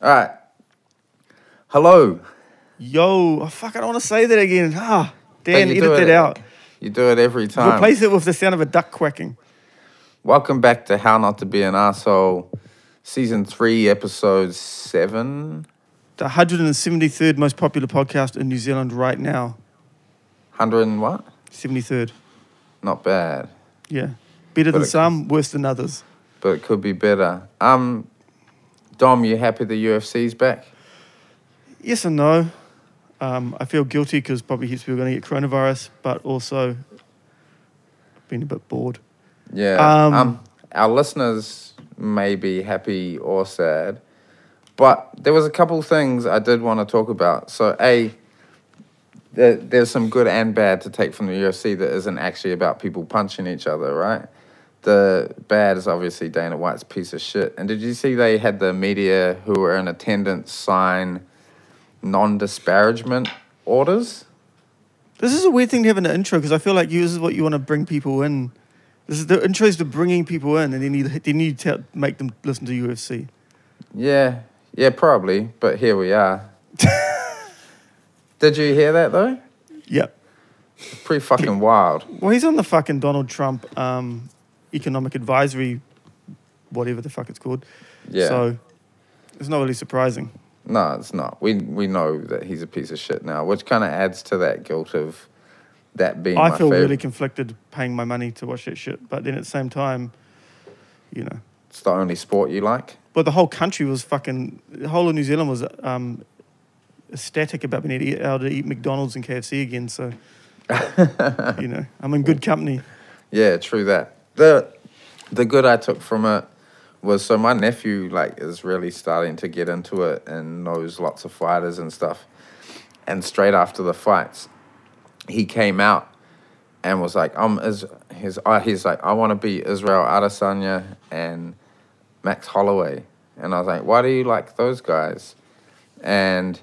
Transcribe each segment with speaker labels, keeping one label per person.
Speaker 1: All right. Hello.
Speaker 2: Yo, oh, fuck, I don't want to say that again. Ah, Dan,
Speaker 1: you
Speaker 2: edit
Speaker 1: do
Speaker 2: that
Speaker 1: it-
Speaker 2: out.
Speaker 1: You do it every time.
Speaker 2: Replace it with the sound of a duck quacking.
Speaker 1: Welcome back to How Not to Be an Asshole, season three, episode seven.
Speaker 2: The 173rd most popular podcast in New Zealand right now.
Speaker 1: Hundred and what?
Speaker 2: 73rd.
Speaker 1: Not bad,
Speaker 2: Yeah. Better than
Speaker 1: Correct.
Speaker 2: some, worse than others.
Speaker 1: but it could be better. Um, Dom, you happy the UFC's back?
Speaker 2: Yes and no. Um, I feel guilty because probably heaps of people are going to get coronavirus, but also I've been a bit bored.
Speaker 1: Yeah.
Speaker 2: Um,
Speaker 1: our listeners may be happy or sad, but there was a couple things I did want to talk about. So, a there, there's some good and bad to take from the UFC that isn't actually about people punching each other, right? The bad is obviously Dana White's piece of shit. And did you see they had the media who were in attendance sign non disparagement orders?
Speaker 2: This is a weird thing to have in an intro because I feel like you, this is what you want to bring people in. This is the intro is to bringing people in, and then you then you tell, make them listen to UFC.
Speaker 1: Yeah, yeah, probably. But here we are. Did you hear that though?
Speaker 2: Yep.
Speaker 1: Pretty fucking wild.
Speaker 2: Well, he's on the fucking Donald Trump um, economic advisory, whatever the fuck it's called.
Speaker 1: Yeah.
Speaker 2: So it's not really surprising.
Speaker 1: No, it's not. We we know that he's a piece of shit now, which kind of adds to that guilt of that being.
Speaker 2: I
Speaker 1: my
Speaker 2: feel
Speaker 1: favorite.
Speaker 2: really conflicted paying my money to watch that shit, but then at the same time, you know.
Speaker 1: It's the only sport you like.
Speaker 2: But the whole country was fucking, the whole of New Zealand was um, ecstatic about being able to eat- able to eat McDonald's and KFC again. So, you know, I'm in good company.
Speaker 1: Yeah, true that. The the good I took from it was so my nephew like is really starting to get into it and knows lots of fighters and stuff. And straight after the fights, he came out and was like, "I'm is his uh, he's like I want to be Israel Adesanya and Max Holloway." And I was like, "Why do you like those guys?" And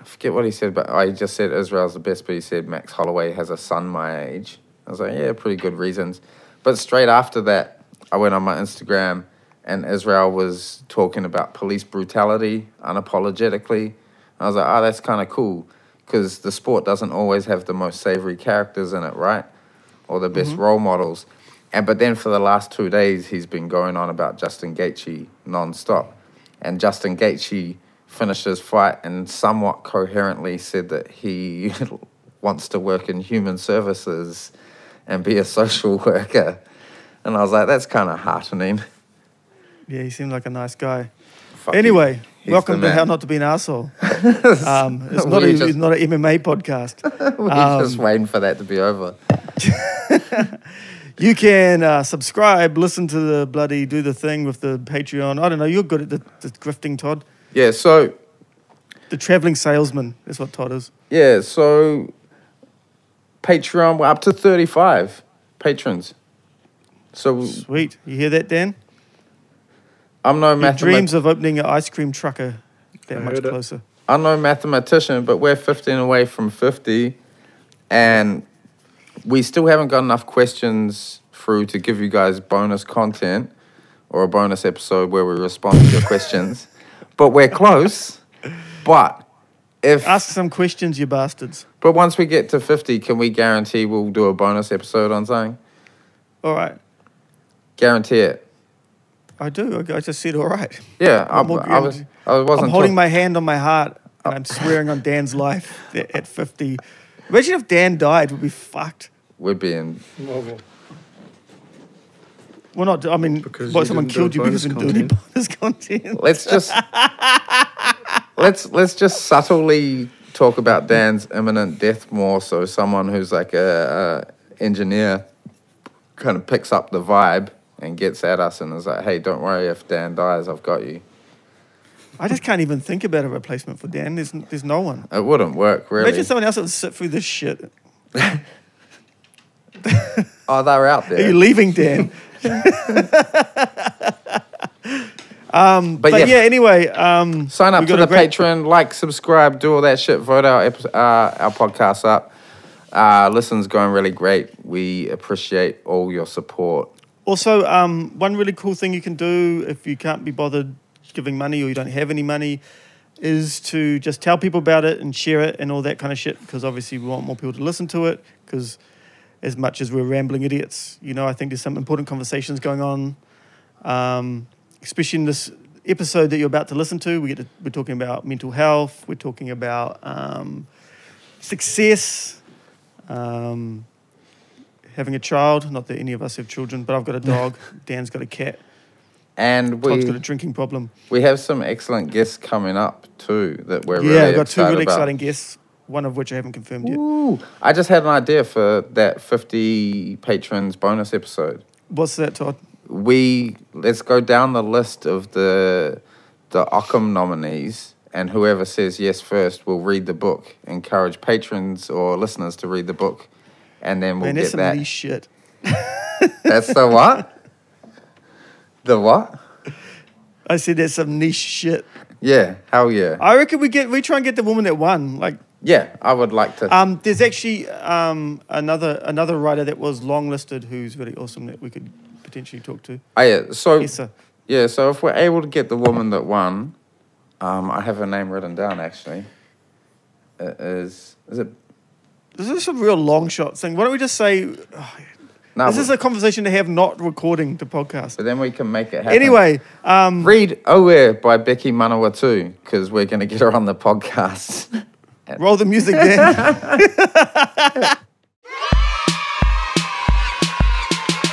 Speaker 1: I forget what he said, but I just said Israel's the best, but he said Max Holloway has a son my age. I was like, yeah, pretty good reasons. But straight after that, I went on my Instagram and Israel was talking about police brutality unapologetically. I was like, oh, that's kind of cool because the sport doesn't always have the most savory characters in it, right? Or the best role models. And but then for the last two days, he's been going on about Justin Gaethje nonstop, and Justin Gaethje finished his fight and somewhat coherently said that he wants to work in human services and be a social worker. And I was like, that's kind of heartening.
Speaker 2: Yeah, he seemed like a nice guy.
Speaker 1: Fuck you.
Speaker 2: Anyway,
Speaker 1: He's
Speaker 2: welcome
Speaker 1: the
Speaker 2: to How
Speaker 1: man.
Speaker 2: Not to Be an Asshole. Um, it's not
Speaker 1: We
Speaker 2: a,
Speaker 1: just-
Speaker 2: it's not an MMA podcast.
Speaker 1: We're just waiting for that to be over.
Speaker 2: You can uh, subscribe, listen to the bloody do the thing with the Patreon. I don't know. You're good at the, the grifting, Todd.
Speaker 1: Yeah. So
Speaker 2: The traveling salesman. That's what Todd is.
Speaker 1: yeah. So Patreon, we're up to thirty-five patrons. So
Speaker 2: Sweet. You hear that, Dan?
Speaker 1: I'm no
Speaker 2: Your
Speaker 1: mathemat-
Speaker 2: dreams of opening an ice cream trucker that
Speaker 3: I
Speaker 2: much
Speaker 3: heard it.
Speaker 2: closer.
Speaker 1: I'm no mathematician, but we're 15 away from 50, and we still haven't got enough questions through to give you guys bonus content or a bonus episode where we respond to your questions. But we're close. But if
Speaker 2: Ask some questions, you bastards.
Speaker 1: but once we get to 50, can we guarantee we'll do a bonus episode on something?
Speaker 2: All right.
Speaker 1: Guarantee it.
Speaker 2: I do. I I just said all right.
Speaker 1: Yeah, I,
Speaker 2: What more
Speaker 1: I was.
Speaker 2: guarantee?
Speaker 1: I wasn't.
Speaker 2: I'm holding
Speaker 1: talk-
Speaker 2: my hand on my heart and I'm swearing on Dan's life that at 50. Imagine if Dan died, we'd be fucked.
Speaker 1: We're being
Speaker 3: Marvel.
Speaker 2: Well, not. I mean,
Speaker 3: Because
Speaker 2: what,
Speaker 3: you
Speaker 2: someone
Speaker 3: didn't do
Speaker 2: killed you because
Speaker 3: bonus
Speaker 2: you didn't do any bonus content.
Speaker 1: Let's just let's let's just subtly talk about Dan's imminent death more. So someone who's like a, a engineer kind of picks up the vibe and gets at us and is like, "Hey, don't worry if Dan dies, I've got you."
Speaker 2: I just can't even think about a replacement for Dan. There's, there's no one.
Speaker 1: It wouldn't work really.
Speaker 2: Imagine someone else that would sit through this shit.
Speaker 1: oh, they're out
Speaker 2: Are
Speaker 1: there.
Speaker 2: you leaving, Dan?
Speaker 1: but,
Speaker 2: But
Speaker 1: yeah,
Speaker 2: yeah, anyway. Um,
Speaker 1: sign up
Speaker 2: we
Speaker 1: to
Speaker 2: got
Speaker 1: the
Speaker 2: a great-
Speaker 1: Patreon, like, subscribe, do all that shit. Vote our epi- uh, our podcast up. Uh, listen's going really great. We appreciate all your support.
Speaker 2: Also, um, one really cool thing you can do if you can't be bothered giving money or you don't have any money is to just tell people about it and share it and all that kind of shit because obviously we want more people to listen to it because as much as we're rambling idiots, you know, I think there's some important conversations going on, um, especially in this episode that you're about to listen to. We get to, we're talking about mental health, we're talking about um, success, um, having a child. Not that any of us have children, but I've got a dog. Dan's got a cat.
Speaker 1: And
Speaker 2: Todd's got
Speaker 1: we
Speaker 2: a drinking problem.
Speaker 1: we have some excellent guests coming up too that we're
Speaker 2: yeah,
Speaker 1: really
Speaker 2: I've got two
Speaker 1: excited
Speaker 2: really
Speaker 1: about.
Speaker 2: exciting guests, one of which I haven't confirmed yet.
Speaker 1: Ooh, I just had an idea for that 50 patrons bonus episode.
Speaker 2: What's that, Todd?
Speaker 1: We let's go down the list of the the Occam nominees, and whoever says yes first will read the book. Encourage patrons or listeners to read the book, and then we'll
Speaker 2: Man,
Speaker 1: get
Speaker 2: that's some
Speaker 1: that.
Speaker 2: niche shit.
Speaker 1: That's the what? The what?
Speaker 2: I said that's some niche shit.
Speaker 1: Yeah, hell yeah,
Speaker 2: I reckon we get we try and get the woman that won. Like,
Speaker 1: yeah. I would like to.
Speaker 2: um, there's actually um another another writer that was long listed who's really awesome that we could potentially talk to.
Speaker 1: oh, yeah. So
Speaker 2: Yes, sir.
Speaker 1: yeah, so if we're able to get the woman that won, um, I have her name written down actually. It is is it
Speaker 2: This is a real long shot thing. Why don't we just say
Speaker 1: Um, No,
Speaker 2: this
Speaker 1: but,
Speaker 2: is a conversation to have not recording the podcast.
Speaker 1: but then we can make it happen.
Speaker 2: Anyway, um,
Speaker 1: read Aware by Becky Manawa too, because we're going to get her on the podcast.
Speaker 2: roll the music then.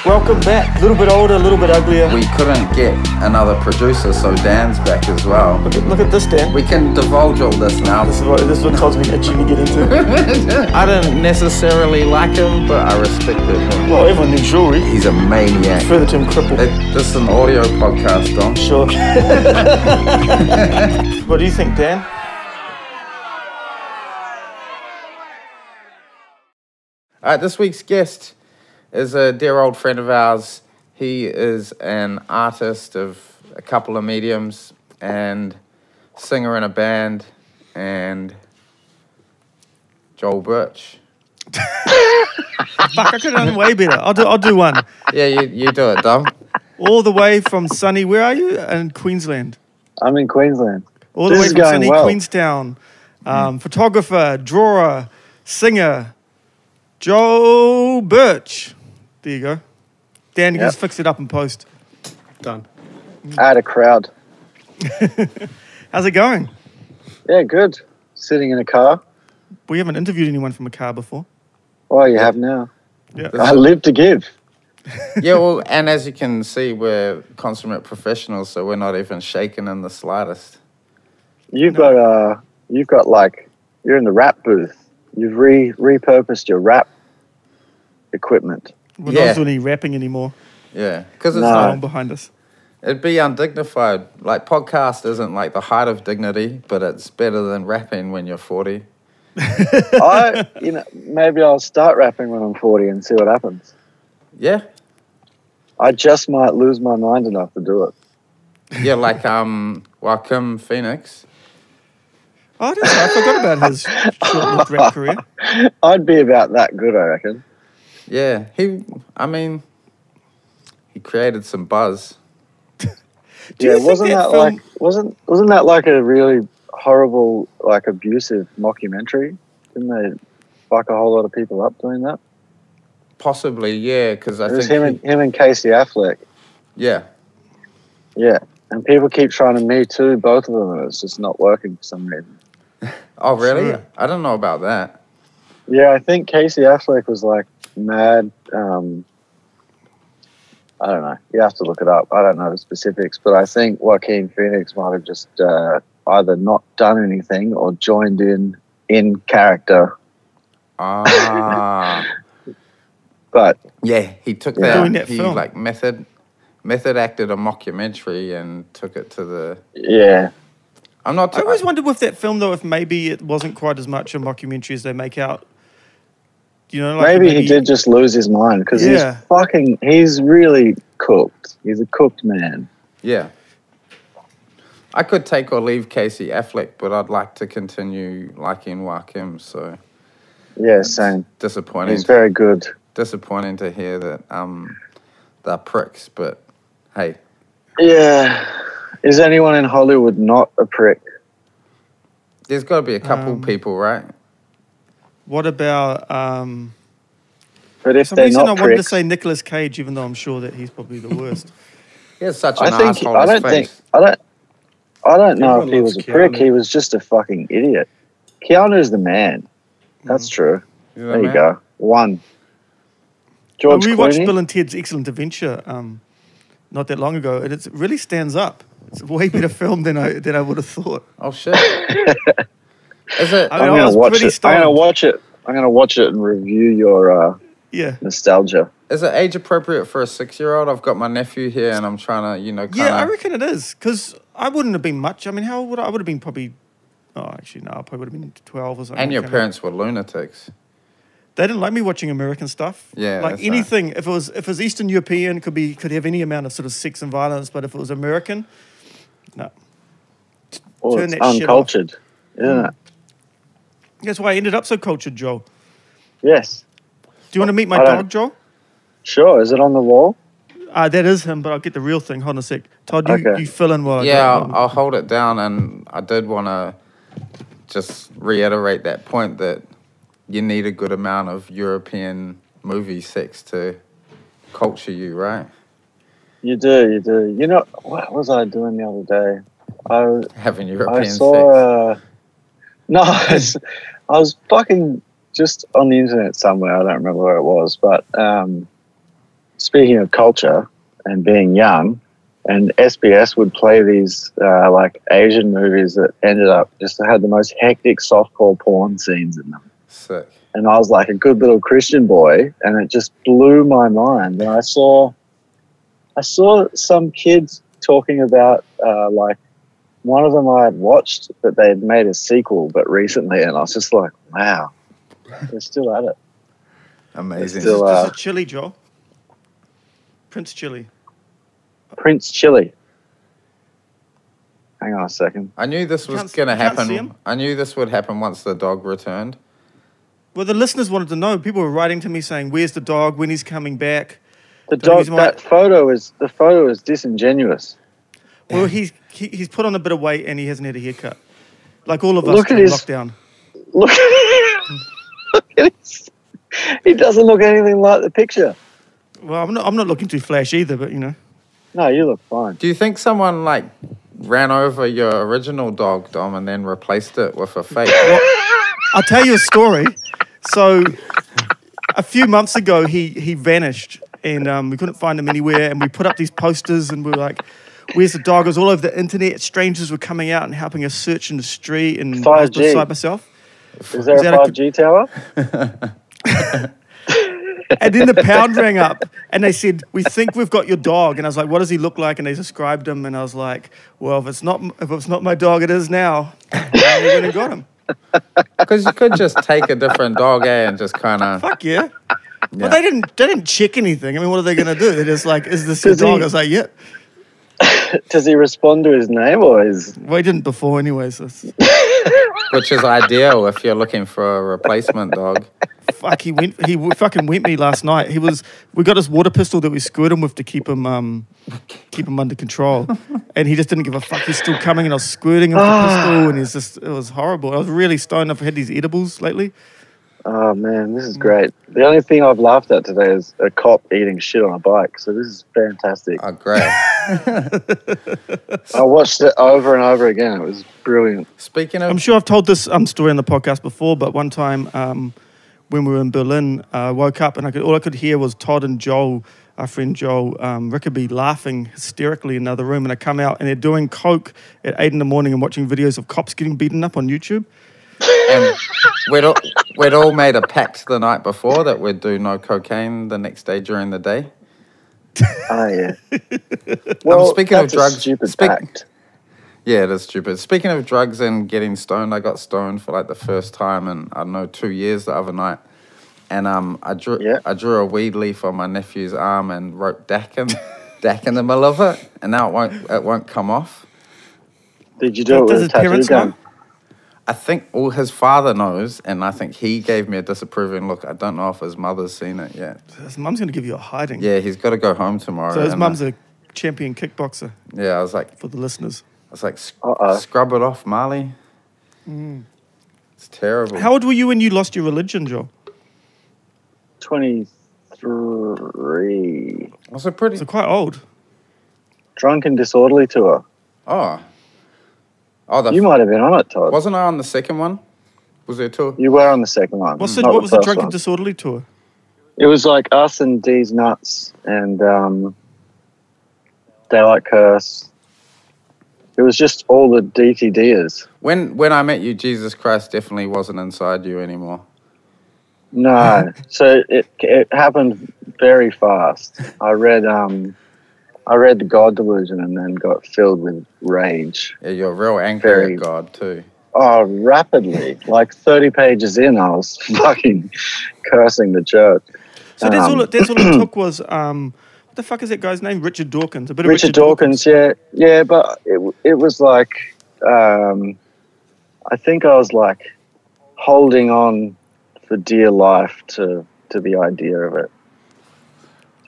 Speaker 2: Welcome back. A little bit older, a little bit uglier.
Speaker 1: we couldn't get another producer, so Dan's back as well.
Speaker 2: Look at this, Dan.
Speaker 1: We can divulge all this now.
Speaker 2: This is what this is what Todd's been itching to get into.
Speaker 1: I don't necessarily like him, but I respected him.
Speaker 2: Well, everyone knew jewelry.
Speaker 1: He's a maniac.
Speaker 2: Further to him, crippled.
Speaker 1: It, this is an audio podcast, Don.
Speaker 2: Sure. what do you think, Dan?
Speaker 1: All right, this week's guest is a dear old friend of ours. He is an artist of a couple of mediums and singer in a band and Joel Birch.
Speaker 2: Fuck, I could have done way better. I'll do, I'll do one.
Speaker 1: Yeah, you, you do it, Dom.
Speaker 2: All the way from sunny, where are you? In Queensland.
Speaker 3: I'm in Queensland.
Speaker 2: All the
Speaker 3: This
Speaker 2: way
Speaker 3: is
Speaker 2: from
Speaker 3: going
Speaker 2: sunny
Speaker 3: well.
Speaker 2: Queenstown. Um, Photographer, drawer, singer, Joe Birch. There you go. Dan, you can
Speaker 3: Yep.
Speaker 2: just fix it up and post.
Speaker 4: Done.
Speaker 3: I had a crowd.
Speaker 2: How's it going?
Speaker 3: Yeah, good. Sitting in a car.
Speaker 2: We haven't interviewed anyone from a car before.
Speaker 3: Oh, you have now.
Speaker 2: Yeah.
Speaker 3: I live to give.
Speaker 1: Yeah, well, and as you can see, we're consummate professionals, so we're not even shaken in the slightest.
Speaker 3: You've got uh, you've got like you're in the rap booth. You've re repurposed your rap equipment.
Speaker 2: We're
Speaker 1: Yeah.
Speaker 2: not doing any rapping anymore.
Speaker 1: Yeah, because it's
Speaker 3: No.
Speaker 1: not
Speaker 2: Along behind us.
Speaker 1: It'd be undignified. Like podcast isn't like the height of dignity, but it's better than rapping when you're forty.
Speaker 3: I, you know, maybe I'll start rapping when I'm 40 and see what happens.
Speaker 1: Yeah,
Speaker 3: I just might lose my mind enough to do it.
Speaker 1: yeah. Like um, Joaquin Phoenix.
Speaker 2: Oh, I, didn't, I forgot about his short-lived rap career.
Speaker 3: I'd be about that good, I reckon.
Speaker 1: Yeah, he. I mean, he created some buzz.
Speaker 2: Do you
Speaker 3: yeah,
Speaker 2: think
Speaker 3: wasn't
Speaker 2: that
Speaker 3: that,
Speaker 2: film-
Speaker 3: like wasn't wasn't that like a really horrible, like abusive mockumentary? Didn't they fuck a whole lot of people up doing that?
Speaker 1: Possibly, yeah, because I
Speaker 3: it was
Speaker 1: think.
Speaker 3: him and him and Casey Affleck.
Speaker 1: he- yeah,
Speaker 3: Yeah. And people keep trying to me too, both of them, and it's just not working for some reason.
Speaker 1: Oh, really?
Speaker 2: Sure.
Speaker 1: I don't know about that.
Speaker 3: Yeah, I think Casey Affleck was like mad. Um, I don't know. You have to look it up. I don't know the specifics, but I think Joaquin Phoenix might have just uh, either not done anything or joined in in character.
Speaker 1: Ah,
Speaker 3: But
Speaker 1: yeah. He took that.
Speaker 3: Yeah.
Speaker 2: Doing that
Speaker 1: he
Speaker 2: film.
Speaker 1: like method, method acted a mockumentary and took it to the.
Speaker 3: yeah,
Speaker 1: I'm not.
Speaker 2: I always wondered with that film though if maybe it wasn't quite as much a mockumentary as they make out. You know, like
Speaker 3: maybe, he did just lose his mind because
Speaker 2: Yeah.
Speaker 3: he's fucking. He's really cooked. He's a cooked man.
Speaker 1: Yeah. I could take or leave Casey Affleck, but I'd like to continue liking Joaquin. So
Speaker 3: Yeah, same.
Speaker 1: disappointing,
Speaker 3: He's very good.
Speaker 1: disappointing to hear that um, they're pricks. But hey,
Speaker 3: Yeah, Is anyone in Hollywood not a prick?
Speaker 1: There's got to be a couple
Speaker 2: Um,
Speaker 1: people, right?
Speaker 2: What about? Um,
Speaker 3: But
Speaker 2: for
Speaker 3: if
Speaker 2: some
Speaker 3: they're
Speaker 2: reason, I
Speaker 3: not
Speaker 2: wanted to
Speaker 3: pricks,
Speaker 2: say Nicolas Cage, even though I'm sure that he's probably the worst.
Speaker 1: He has such an
Speaker 3: I think
Speaker 1: asshole.
Speaker 3: I don't think I don't I don't know
Speaker 4: Everyone
Speaker 3: if he was a
Speaker 4: loves
Speaker 3: prick.
Speaker 4: Keanu.
Speaker 3: He was just a fucking idiot. Keanu's the man.
Speaker 2: Mm.
Speaker 3: That's true. There you go. One.
Speaker 2: But
Speaker 3: George
Speaker 2: we watched
Speaker 3: Clooney.
Speaker 2: Bill and Ted's Excellent Adventure um, not that long ago, and it's, it really stands up. It's a way better film than I than I would have thought.
Speaker 1: Oh shit. Is it?
Speaker 2: I
Speaker 3: I'm
Speaker 2: mean, I
Speaker 3: gonna
Speaker 2: was
Speaker 3: watch
Speaker 2: pretty
Speaker 3: it. I'm gonna
Speaker 2: stoned.
Speaker 3: watch it. I'm gonna watch it and review your uh,
Speaker 2: Yeah,
Speaker 3: nostalgia.
Speaker 1: Is it age appropriate for a six year old? I've got my nephew here and I'm trying to, you know, kind
Speaker 2: yeah, I
Speaker 3: Uh.
Speaker 1: of.
Speaker 2: reckon it is because I wouldn't have been much. I mean, how would I, I would have been probably? Oh, actually, no, I probably would have been twelve or something.
Speaker 1: and your
Speaker 2: Okay.
Speaker 1: parents were lunatics.
Speaker 2: They didn't like me watching American stuff.
Speaker 1: Yeah,
Speaker 2: like
Speaker 1: that's right.
Speaker 2: anything. If it was if it was Eastern European, could be could have any amount of sort of sex and violence. But if it was American, no.
Speaker 3: Oh,
Speaker 2: Turn
Speaker 3: it's
Speaker 2: that shit off. Mm.
Speaker 3: uncultured. Yeah.
Speaker 2: That's why I ended up so cultured, Joel.
Speaker 3: Yes.
Speaker 2: Do you want to meet my
Speaker 3: I don't-
Speaker 2: dog, Joel?
Speaker 3: Sure. Is it on the wall?
Speaker 2: Uh, that is him, but I'll get the real thing. Hold on a sec. Todd, you,
Speaker 3: Okay.
Speaker 2: you fill in while I
Speaker 1: yeah,
Speaker 2: go.
Speaker 1: I'll, I'll hold it down. And I did want to just reiterate that point that you need a good amount of European movie sex to culture you, right?
Speaker 3: You do. You do. You know what was I doing the other day? I
Speaker 1: Having
Speaker 3: I
Speaker 1: European sex.
Speaker 3: saw. Uh, no, I was, I was fucking just on the internet somewhere. I don't remember where it was, but um, speaking of culture and being young, and SBS would play these uh, like Asian movies that ended up just had the most hectic softcore porn scenes in them.
Speaker 1: Sick.
Speaker 3: And I was like a good little Christian boy, and it just blew my mind. And I saw, I saw some kids talking about uh, like one of them I had watched that they had made a sequel, but recently, and I was just like, wow, they're still at it.
Speaker 1: Amazing.
Speaker 3: still, uh,
Speaker 2: This is Chili, Joel. Prince Chili.
Speaker 3: Prince Chili. Hang on a second.
Speaker 1: I knew this was
Speaker 2: Can't-
Speaker 1: going to
Speaker 2: can't see
Speaker 1: happen.
Speaker 2: him.
Speaker 1: I knew this would happen once the dog returned.
Speaker 2: Well, the listeners wanted to know. People were writing to me saying, "Where's the dog? When he's coming back?"
Speaker 3: The
Speaker 2: Don't
Speaker 3: dog,
Speaker 2: use my-
Speaker 3: that photo is the photo is disingenuous.
Speaker 2: Well, he's he, he's put on a bit of weight and he hasn't had a haircut, like all of us
Speaker 3: Look at
Speaker 2: during
Speaker 3: his-
Speaker 2: lockdown.
Speaker 3: Look at him. Look at his. He doesn't look anything like the picture.
Speaker 2: Well, I'm not I'm not looking too flash either, but you know,
Speaker 3: No, you look fine.
Speaker 1: Do you think someone like ran over your original dog, Dom, and then replaced it with a fake?
Speaker 2: I'll tell you a story. So, a few months ago, he he vanished, and um, we couldn't find him anywhere. And we put up these posters, and we were like, "Where's the dog?" It was all over the internet. Strangers were coming out and helping us search in the street, and I was
Speaker 3: 5G.
Speaker 2: beside myself.
Speaker 3: Is there
Speaker 2: Is
Speaker 3: a
Speaker 2: that a-
Speaker 3: five G tower?
Speaker 2: And then the pound rang up and they said, We think we've got your dog. And I was like, What does he look like? And they described him. And I was like, Well, if it's not, if it's not my dog, it is now. And they went and got him.
Speaker 1: Because you could just take a different dog, eh, and just kind of.
Speaker 2: Fuck yeah.
Speaker 1: Yeah.
Speaker 2: But they didn't, they didn't check anything. I mean, what are they going to do? They're just like, Is this your
Speaker 3: Does he-
Speaker 2: dog? I was like, Yeah.
Speaker 3: Does he respond to his name or is
Speaker 2: Well, he didn't before, anyway. So it's-
Speaker 1: which is ideal if you're looking for a replacement dog.
Speaker 2: fuck, he went, he w- fucking went me last night. He was, we got his water pistol that we screwed him with to keep him, um, keep him under control. And he just didn't give a fuck. He's still coming, and I was squirting him with the pistol, and it's just, it was horrible. I was really stoned. I've had these edibles lately.
Speaker 3: Oh man, this is great. The only thing I've laughed at today is a cop eating shit on a bike. So this is fantastic.
Speaker 1: Oh, great.
Speaker 3: I watched it over and over again. It was brilliant.
Speaker 1: Speaking
Speaker 2: I'm
Speaker 1: of,
Speaker 2: sure I've told this um, story on the podcast before, but one time um, when we were in Berlin, uh, I woke up and I could, all I could hear was Todd and Joel, our friend Joel um, Rickaby, laughing hysterically in another room. And I come out and they're doing coke at eight in the morning and watching videos of cops getting beaten up on YouTube.
Speaker 1: and we'd all, we'd all made a pact the night before that we'd do no cocaine the next day during the day.
Speaker 3: Oh yeah.
Speaker 2: Um,
Speaker 3: Well,
Speaker 1: speaking of
Speaker 3: that's a
Speaker 1: drugs,
Speaker 3: stupid
Speaker 1: speak-
Speaker 3: act.
Speaker 1: Yeah, it is stupid. Speaking of drugs and getting stoned, I got stoned for like the first time in I don't know two years the other night, and um, I drew
Speaker 3: Yeah.
Speaker 1: I drew a weed leaf on my nephew's arm and wrote Dak in, Dak in the middle of it, and now it won't it won't come off.
Speaker 3: Did you do
Speaker 2: Does
Speaker 3: it with a
Speaker 2: his
Speaker 3: tattoo
Speaker 2: parents
Speaker 3: gun?
Speaker 2: know?
Speaker 1: I think all his father knows, and I think he gave me a disapproving look. I don't know if his mother's seen it yet.
Speaker 2: His mum's going to give you a hiding.
Speaker 1: Yeah, he's got to go home tomorrow.
Speaker 2: So his
Speaker 1: and
Speaker 2: mum's
Speaker 1: I-
Speaker 2: a champion kickboxer
Speaker 1: Yeah, I was like,
Speaker 2: for the listeners.
Speaker 1: I was like, sc-
Speaker 3: Uh-oh.
Speaker 1: scrub it off, Marley. It's terrible.
Speaker 2: Mm. How old were you when you lost your religion, Joel?
Speaker 3: 23.
Speaker 1: I was a pretty.
Speaker 2: So quite old.
Speaker 3: Drunk and Disorderly Tour.
Speaker 1: Oh, oh, the
Speaker 3: You might have been on it, Todd.
Speaker 1: wasn't I on the second one? Was there two?
Speaker 3: You were on the second one.
Speaker 2: What's the,
Speaker 3: not
Speaker 2: what was the
Speaker 3: first
Speaker 2: drunk
Speaker 3: one.
Speaker 2: and disorderly tour?
Speaker 3: It was like us and D's nuts and um, Daylight Curse. It was just all the DTDers.
Speaker 1: When when I met you, Jesus Christ definitely wasn't inside you anymore.
Speaker 3: No, so it it happened very fast. I read um, I read the God Delusion and then got filled with rage.
Speaker 1: Yeah, you're real angry
Speaker 3: Very.
Speaker 1: at God too.
Speaker 3: Oh, rapidly, like thirty pages in, I was fucking cursing the church.
Speaker 2: So that's all.
Speaker 3: Um,
Speaker 2: It, that's all it took was um, what the fuck is that guy's name? Richard Dawkins. A bit of
Speaker 3: Richard, Dawkins, yeah, yeah, but it w- it was like, um, I think I was like holding on for dear life to to the idea of it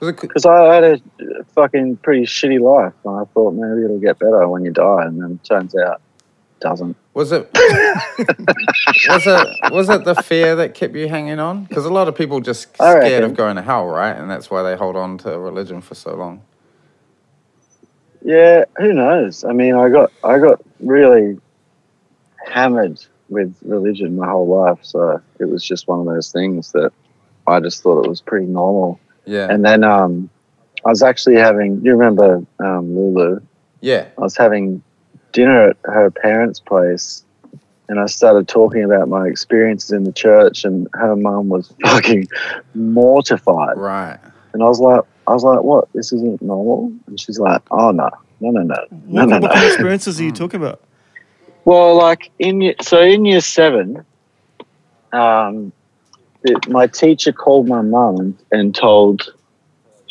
Speaker 1: Was it c-
Speaker 3: because I had a uh, fucking pretty shitty life, and I thought maybe it'll get better when you die, and then turns out doesn't.
Speaker 1: was it was it was it the fear that kept you hanging on? Because a lot of people just
Speaker 3: I
Speaker 1: scared
Speaker 3: reckon.
Speaker 1: of going to hell, right? And that's why they hold on to religion for so long.
Speaker 3: Yeah, who knows? I mean, I got I got really hammered with religion my whole life, so it was just one of those things that I just thought it was pretty normal.
Speaker 1: Yeah,
Speaker 3: And then um, I was actually having, you remember um, Lulu?
Speaker 1: yeah.
Speaker 3: I was having dinner at her parents' place and I started talking about my experiences in the church and her mum was fucking mortified.
Speaker 1: Right.
Speaker 3: And I was like, I was like, what? This isn't normal? And she's like, oh, no, no, no, no, no,
Speaker 2: What,
Speaker 3: no,
Speaker 2: what kind of
Speaker 3: no.
Speaker 2: experiences are you talking about?
Speaker 3: Well, like in year, so in year seven, um, it, my teacher called my mum and, and told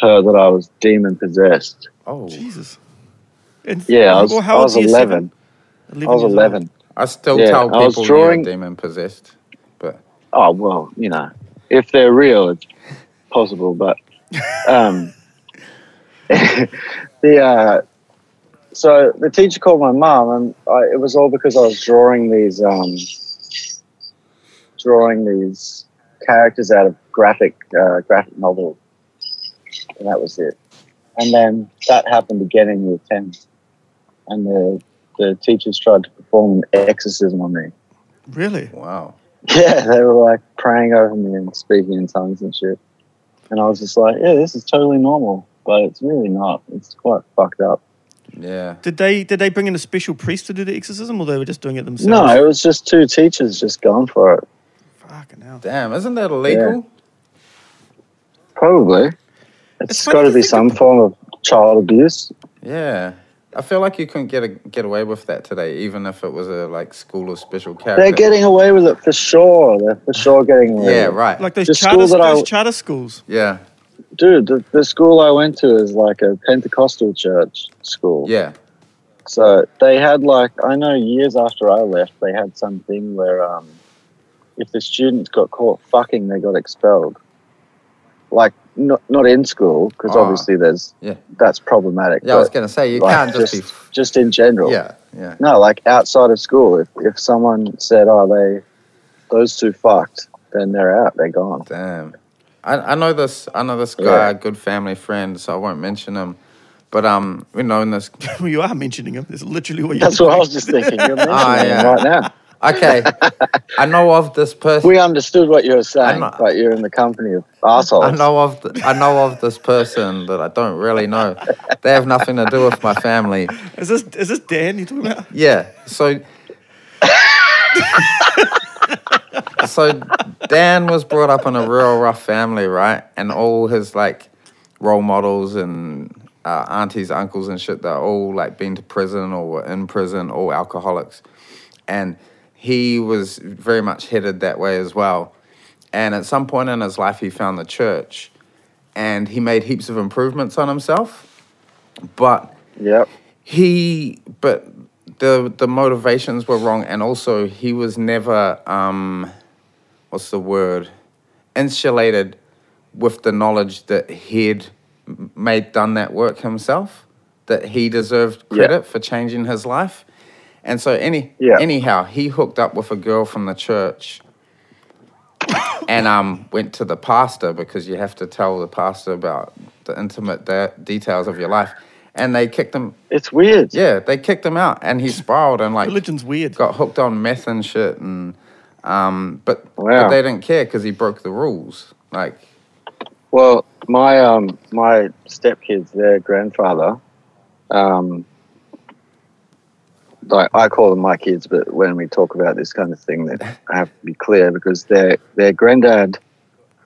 Speaker 3: her that I was demon possessed.
Speaker 1: Oh,
Speaker 2: Jesus. And
Speaker 3: Yeah, I was,
Speaker 2: well,
Speaker 3: I
Speaker 2: how
Speaker 3: was
Speaker 2: old's
Speaker 3: 11.
Speaker 2: he? Seven?
Speaker 3: I was
Speaker 2: years old.
Speaker 3: 11.
Speaker 1: I still
Speaker 3: Yeah,
Speaker 1: tell
Speaker 3: I was
Speaker 1: people
Speaker 3: drawing-
Speaker 1: you're demon possessed, but
Speaker 3: Oh, well, you know, if they're real, it's possible, but um, the uh, so the teacher called my mum, and I, it was all because I was drawing these um, drawing these characters out of graphic uh, graphic novel, and that was it. And then that happened again in year ten, and the the teachers tried to perform an exorcism on me.
Speaker 2: Really?
Speaker 1: wow.
Speaker 3: Yeah, they were like praying over me and speaking in tongues and shit. And I was just like, yeah, this is totally normal, but it's really not. It's quite fucked up.
Speaker 1: Yeah.
Speaker 2: Did they did they bring in a special priest to do the exorcism, or they were just doing it themselves?
Speaker 3: No, it was just two teachers just going for it.
Speaker 2: Fucking hell.
Speaker 1: Damn, isn't that illegal?
Speaker 3: Probably.
Speaker 2: It's
Speaker 3: it's
Speaker 2: funny
Speaker 3: got to
Speaker 2: to
Speaker 3: be
Speaker 2: think
Speaker 3: some form of child abuse.
Speaker 1: Yeah. I feel like you couldn't get a, get away with that today, even if it was a like school or special character.
Speaker 3: They're getting away with it for sure. They're for sure getting away
Speaker 1: yeah,
Speaker 3: with it.
Speaker 1: right.
Speaker 2: Like those
Speaker 3: The
Speaker 2: charter,
Speaker 3: school that I-
Speaker 2: those charter schools.
Speaker 1: yeah,
Speaker 3: Dude, the, the school I went to is like a Pentecostal church school.
Speaker 1: yeah.
Speaker 3: So they had like I know years after I left, they had something where um, if the students got caught fucking, they got expelled. Like not not in school because
Speaker 1: Ah,
Speaker 3: obviously there's
Speaker 1: yeah.
Speaker 3: that's problematic.
Speaker 1: Yeah, I was
Speaker 3: but,
Speaker 1: gonna say you
Speaker 3: like,
Speaker 1: can't just,
Speaker 3: just just in general.
Speaker 1: be. Yeah, yeah,
Speaker 3: No, like outside of school, if if someone said, "Oh, they those two fucked," then they're out. They're gone.
Speaker 1: damn. I, I know this. I know this guy,
Speaker 3: Yeah.
Speaker 1: a good family friend, so I won't mention him. But um, we know in this.
Speaker 2: Well, you are mentioning them. That's literally what you.
Speaker 3: That's what I was just thinking. You're mentioning
Speaker 1: Ah,
Speaker 3: them
Speaker 1: yeah.
Speaker 3: right now.
Speaker 1: Okay, I know of this person.
Speaker 3: We understood what you were saying,
Speaker 1: not-
Speaker 3: but you're in the company of assholes.
Speaker 1: I know of th- I know of this person that I don't really know. They have nothing to do with my family.
Speaker 2: Is this is this Dan you talking about?
Speaker 1: Yeah. So So Dan was brought up in a real rough family, right? And all his like role models and uh, aunties, uncles and shit, they're all like been to prison or were in prison, all alcoholics. And he was very much headed that way as well. And at some point in his life he found the church and he made heaps of improvements on himself. But
Speaker 3: Yep.
Speaker 1: he but the the motivations were wrong and also he was never um what's the word insulated with the knowledge that he'd m- made done that work himself that he deserved credit for changing his life. And so any
Speaker 3: Yeah.
Speaker 1: anyhow, he hooked up with a girl from the church and um went to the pastor because you have to tell the pastor about the intimate de- details of your life. And they kicked him
Speaker 3: It's weird.
Speaker 1: yeah, they kicked him out and he spiraled and like
Speaker 2: Religion's weird.
Speaker 1: got hooked on meth and shit and um but, but
Speaker 3: Wow.
Speaker 1: they didn't care because he broke the rules. Like
Speaker 3: Well, my um my stepkids, their grandfather, um, like I call them my kids, but when we talk about this kind of thing, that I have to be clear because their their granddad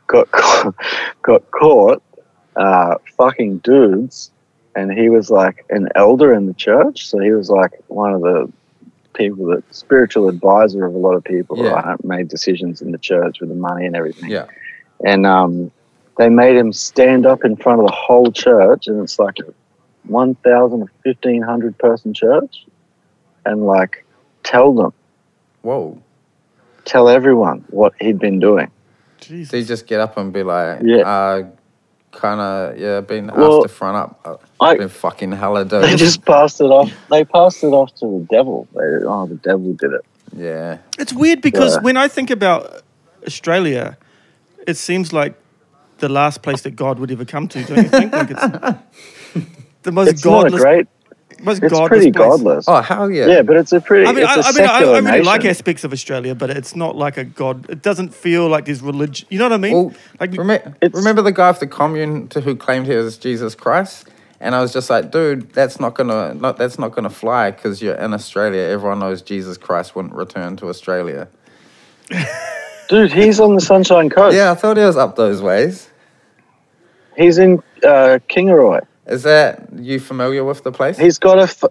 Speaker 3: got caught, got caught uh, fucking dudes, and he was like an elder in the church, so he was like one of the people that spiritual advisor of a lot of people
Speaker 1: Yeah.
Speaker 3: right, made decisions in the church with the money and everything
Speaker 1: yeah.
Speaker 3: and um, they made him stand up in front of the whole church, and it's like a 1,000 or 1,500 person church, and like tell them,
Speaker 1: Whoa.
Speaker 3: tell everyone what he'd been doing.
Speaker 2: Jesus.
Speaker 1: They just get up and be like,
Speaker 3: Yeah.
Speaker 1: uh, kind of, yeah, been asked
Speaker 3: Well,
Speaker 1: to front up. Uh,
Speaker 3: I-
Speaker 1: been fucking hella
Speaker 3: They
Speaker 1: dope.
Speaker 3: just passed it off. They passed it off to the devil. They, oh, the devil did it.
Speaker 1: yeah.
Speaker 2: It's weird because
Speaker 3: Yeah.
Speaker 2: when I think about Australia, it seems like the last place that God would ever come to. Don't you think? Like it's the most
Speaker 3: It's not a
Speaker 2: godless.
Speaker 3: great.
Speaker 2: most
Speaker 3: It's
Speaker 2: godless
Speaker 3: pretty
Speaker 2: place.
Speaker 3: godless.
Speaker 1: Oh, hell yeah.
Speaker 3: yeah. but it's a pretty.
Speaker 2: I mean, I,
Speaker 3: it's a
Speaker 2: I mean, I,
Speaker 3: secular
Speaker 2: I really like
Speaker 3: nation.
Speaker 2: aspects of Australia, but it's not like a god. It doesn't feel like there's religion. You know what I mean?
Speaker 1: Well,
Speaker 2: like
Speaker 1: remem-
Speaker 3: it's-
Speaker 1: remember the guy off the commune to who claimed he was Jesus Christ? And I was just like, dude, that's not gonna, not that's not gonna fly because you're in Australia. Everyone knows Jesus Christ wouldn't return to Australia.
Speaker 3: Dude, he's on the Sunshine Coast.
Speaker 1: Yeah, I thought he was up those ways.
Speaker 3: He's in uh, Kingaroy.
Speaker 1: Is that you familiar with the place?
Speaker 3: He's got a. F-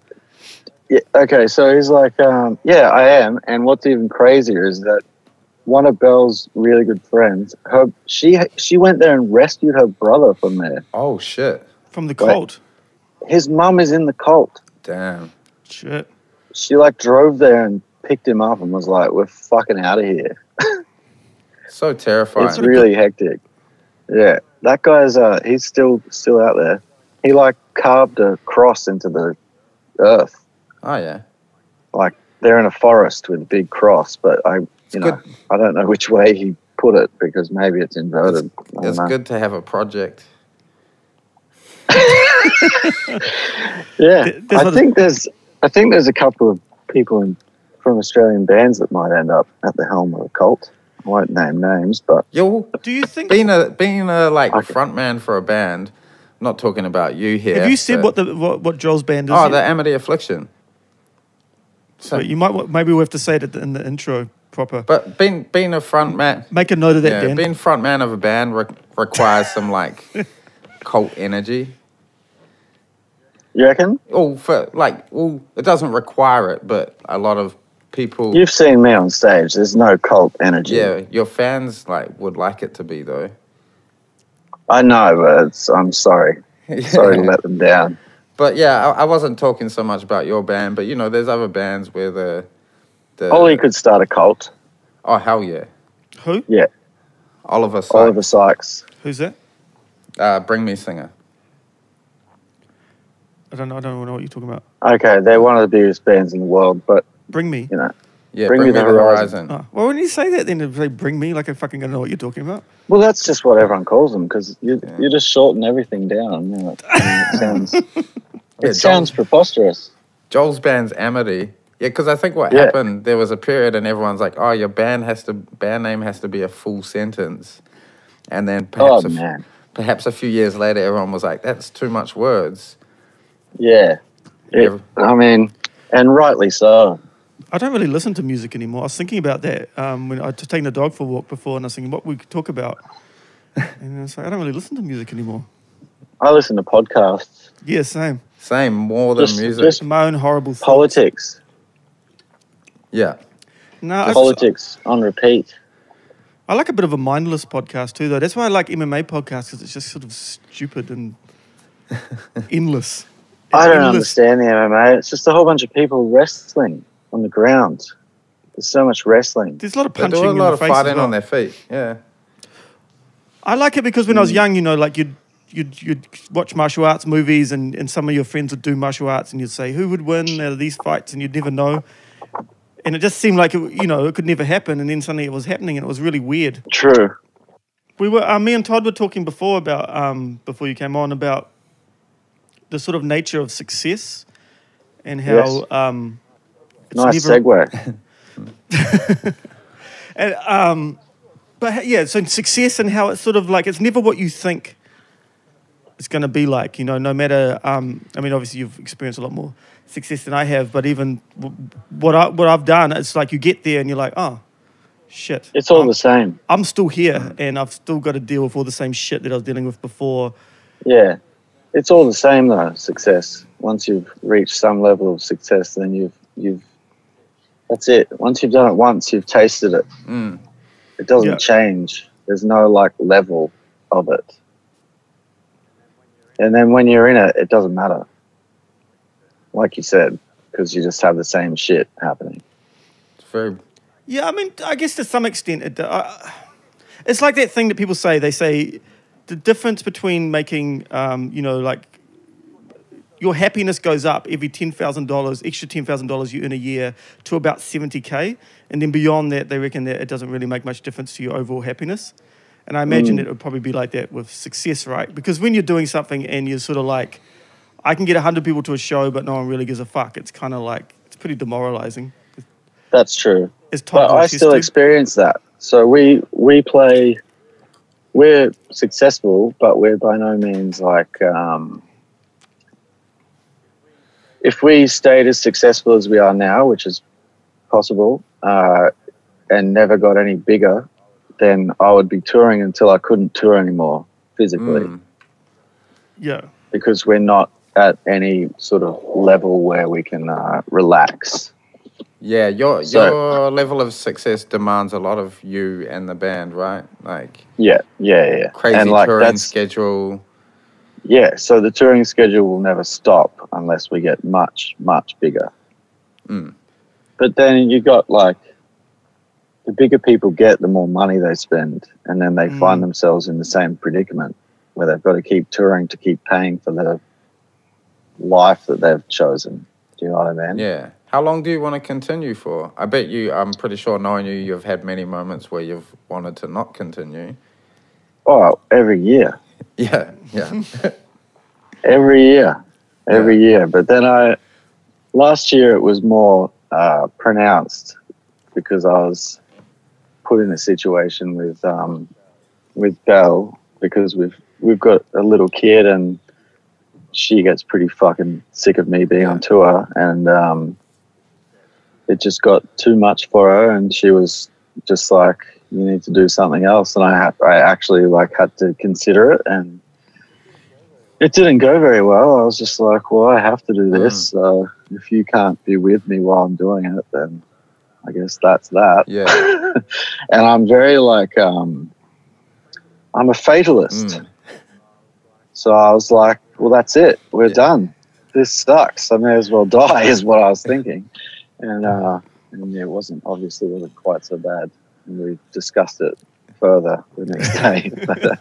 Speaker 3: yeah, okay, so he's like, um, yeah, I am. And what's even crazier is that one of Belle's really good friends, her she she went there and rescued her brother from there.
Speaker 1: oh shit!
Speaker 2: from the
Speaker 3: Right.
Speaker 2: cult.
Speaker 3: His mum is in the cult.
Speaker 1: Damn.
Speaker 2: Shit.
Speaker 3: She like drove there and picked him up and was like, "We're fucking out of here."
Speaker 1: So terrifying.
Speaker 3: It's really hectic. Yeah, that guy's uh, he's still still out there. He like carved a cross into the earth.
Speaker 1: oh yeah.
Speaker 3: like they're in a forest with a big cross, but I, you know,
Speaker 1: good.
Speaker 3: I don't know which way he put it because maybe it's inverted. I don't
Speaker 1: It's
Speaker 3: know.
Speaker 1: good to have a project.
Speaker 3: Yeah,
Speaker 2: Th- there's
Speaker 3: I
Speaker 2: other-
Speaker 3: think there's, I think there's a couple of people in, from Australian bands that might end up at the helm of a cult. I won't name names, but
Speaker 1: Yo,
Speaker 2: Do you think?
Speaker 1: being a being a like
Speaker 3: Okay.
Speaker 1: frontman for a band, not talking about you here.
Speaker 2: have you said
Speaker 1: but-
Speaker 2: what the what, what Joel's band is?
Speaker 1: Oh,
Speaker 2: yet?
Speaker 1: the Amity Affliction. So,
Speaker 2: But you might wa- maybe we will have to say it at the- in the intro proper.
Speaker 1: but being being a frontman,
Speaker 2: Make a note of Mm. that,
Speaker 1: yeah,
Speaker 2: Dan.
Speaker 1: being frontman of a band re- requires some like cult energy.
Speaker 3: you reckon
Speaker 1: All for like, all it doesn't require it, but a lot of people,
Speaker 3: you've seen me on stage. There's no cult energy.
Speaker 1: yeah, your fans like would like it to be though.
Speaker 3: I know, but it's, I'm sorry, sorry to let them down.
Speaker 1: But yeah, I, I wasn't talking so much about your band, but you know, there's other bands where the, the
Speaker 3: Ollie could start a cult.
Speaker 1: oh hell yeah,
Speaker 2: Who?
Speaker 1: Oliver Sy-
Speaker 3: Oliver Sykes.
Speaker 2: Who's that?
Speaker 1: uh, Bring Me Singer.
Speaker 2: I don't know. I don't know what you're talking about.
Speaker 3: Okay, they're one of the biggest bands in the world, but
Speaker 2: Bring me.
Speaker 3: you know,
Speaker 1: Yeah, Bring, Me the, Horizon.
Speaker 2: Oh, well, when you say that, then they bring me like I fucking don't know what you're talking about.
Speaker 3: Well, that's just what everyone calls them because you,
Speaker 1: Yeah.
Speaker 3: you just shorten everything down. You know, it, it sounds, it
Speaker 1: Yeah,
Speaker 3: sounds preposterous.
Speaker 1: Joel's band's Amity. Yeah, because I think what
Speaker 3: Yeah.
Speaker 1: happened, there was a period and everyone's like, oh, your band has to band name has to be a full sentence, and then perhaps
Speaker 3: oh,
Speaker 1: a f-
Speaker 3: man.
Speaker 1: perhaps a few years later, everyone was like, that's too much words.
Speaker 3: Yeah. It- I mean, and rightly so.
Speaker 2: I don't really listen to music anymore. I was thinking about that um, when I was taking the dog for a walk before, and I was thinking what we could talk about. And I was like, I don't really listen to music anymore.
Speaker 3: I listen to podcasts,
Speaker 2: Yeah, same.
Speaker 1: Same, more than
Speaker 3: Just-
Speaker 1: music.
Speaker 3: just-
Speaker 2: My own horrible thoughts.
Speaker 3: politics,
Speaker 1: yeah,
Speaker 2: No, I,
Speaker 3: politics on repeat.
Speaker 2: I like a bit of a mindless podcast too, though. That's why I like MMA podcasts because it's just sort of stupid and endless.
Speaker 3: I don't
Speaker 2: Endless.
Speaker 3: understand the MMA. It's just a whole bunch of people wrestling on the ground. There's so much wrestling.
Speaker 2: There's a lot of
Speaker 1: they
Speaker 2: punching.
Speaker 1: do a
Speaker 2: in
Speaker 1: lot
Speaker 2: the
Speaker 1: of
Speaker 2: face as
Speaker 1: fighting
Speaker 2: well.
Speaker 1: on their feet. Yeah,
Speaker 2: I like it because when I was young, you know, like you'd you'd you'd watch martial arts movies, and, and some of your friends would do martial arts, and you'd say who would win out of these fights, and you'd never know. And it just seemed like it, you know it could never happen, and then suddenly it was happening, and it was really weird.
Speaker 3: True.
Speaker 2: We were uh, me and Todd were talking before about um, before you came on about the sort of nature of success and how
Speaker 3: Yes.
Speaker 2: um,
Speaker 3: nice
Speaker 2: never-
Speaker 3: segue.
Speaker 2: And, um, but ha- yeah, so success and how it's sort of like it's never what you think it's going to be like. You know, no matter. Um, I mean, obviously you've experienced a lot more success than I have, but even w- what I what I've done, it's like you get there and you're like, oh, shit.
Speaker 3: It's all
Speaker 2: I'm,
Speaker 3: the same.
Speaker 2: I'm still here, and I've still got to deal with all the same shit that I was dealing with before.
Speaker 3: Yeah. It's all the same though, success. Once you've reached some level of success, then you've you've that's it. Once you've done it once, you've tasted it.
Speaker 1: Mm.
Speaker 3: It doesn't
Speaker 2: Yeah.
Speaker 3: change. There's no like level of it. And then when you're in it, it doesn't matter. Like you said, because you just have the same shit happening.
Speaker 1: It's very
Speaker 2: Yeah, I mean, I guess to some extent, it, uh, it's like that thing that people say. They say the difference between making, um, you know, like your happiness goes up every ten thousand dollars, extra ten thousand dollars you earn a year to about seventy k, and then beyond that, they reckon that it doesn't really make much difference to your overall happiness. And I imagine
Speaker 3: Mm.
Speaker 2: it would probably be like that with success, right? Because when you're doing something and you're sort of like, I can get hundred people to a show, but no one really gives a fuck. It's kind of like it's pretty demoralizing.
Speaker 3: That's true.
Speaker 2: It's time
Speaker 3: But I still experience that. So we we play. We're successful, but we're by no means like. Um, if we stayed as successful as we are now, which is possible, uh, and never got any bigger, then I would be touring until I couldn't tour anymore physically
Speaker 1: mm,
Speaker 2: yeah.
Speaker 3: because we're not at any sort of level where we can uh, relax.
Speaker 1: yeah. Your
Speaker 3: So-
Speaker 1: your level of success demands a lot of you and the band, right? Like
Speaker 3: Yeah, yeah, yeah.
Speaker 1: crazy
Speaker 3: and like
Speaker 1: touring
Speaker 3: that's
Speaker 1: schedule.
Speaker 3: Yeah, so the touring schedule will never stop unless we get much, much bigger.
Speaker 1: Mm.
Speaker 3: But then you got like the bigger people get, the more money they spend, and then they
Speaker 2: Mm.
Speaker 3: find themselves in the same predicament where they've got to keep touring to keep paying for the life that they've chosen. Do you know what I mean?
Speaker 1: Yeah. How long do you want to continue for? I bet you. I'm pretty sure, knowing you, you've had many moments where you've wanted to not continue.
Speaker 3: Oh, every year.
Speaker 1: Yeah. Yeah.
Speaker 3: every year, every year. But then I, last year it was more uh, pronounced because I was put in a situation with um, with Belle because we've we've got a little kid and she gets pretty fucking sick of me being on tour and um, it just got too much for her and she was just like you need to do something else and I had I actually like had to consider it and it didn't go very well. I was just like, well, I have to do this. So if you can't be with me while I'm doing it, then I guess that's that.
Speaker 1: Yeah.
Speaker 3: and I'm very like, um, I'm a fatalist.
Speaker 1: Mm.
Speaker 3: So I was like, well, that's it. We're
Speaker 1: Yeah.
Speaker 3: done. This sucks. I may as well die, is what I was thinking. And, uh, and it wasn't, obviously, wasn't quite so bad. And we discussed it further the next day. but uh,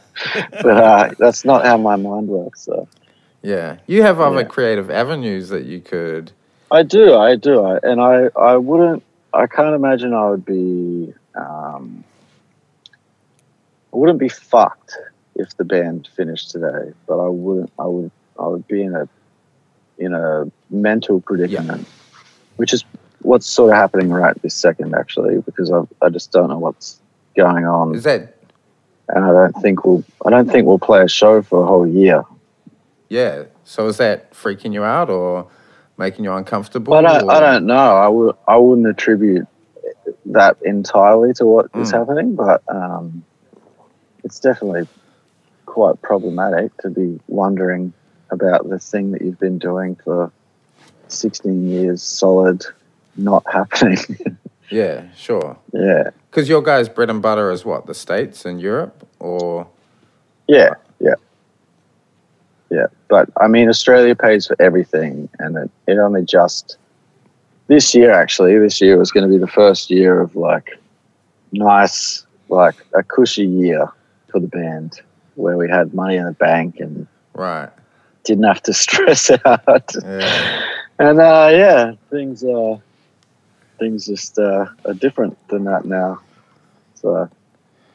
Speaker 3: but, uh, that's not how my mind works. So.
Speaker 1: Yeah. You have other
Speaker 3: Yeah.
Speaker 1: creative avenues that you could.
Speaker 3: I do, I do, I, and I, I wouldn't, I can't imagine I would be, um, I wouldn't be fucked if the band finished today, but I wouldn't, I would, I would be in a, in a mental predicament, which is what's sort of happening right this second, actually, because I, I just don't know what's going on,
Speaker 1: Is that?
Speaker 3: and I don't think we'll, I don't think we'll play a show for a whole year.
Speaker 1: Yeah. So is that freaking you out or making you uncomfortable?
Speaker 3: I don't, uh, I
Speaker 1: or-
Speaker 3: don't know. I would, I wouldn't attribute that entirely to what is
Speaker 1: Mm.
Speaker 3: happening, but um, it's definitely quite problematic to be wondering about the thing that you've been doing for 16 years solid not happening.
Speaker 1: Yeah. Sure.
Speaker 3: yeah.
Speaker 1: Because your guys' bread and butter is what the states and Europe, or
Speaker 3: Yeah. Yeah. Yeah. But I mean, Australia pays for everything, and it, it only just this year, actually, this year was going to be the first year of like nice, like a cushy year for the band where we had money in the bank and
Speaker 1: Right.
Speaker 3: didn't have to stress out.
Speaker 1: Yeah.
Speaker 3: And uh, yeah, things uh, things just uh, are different than that now. So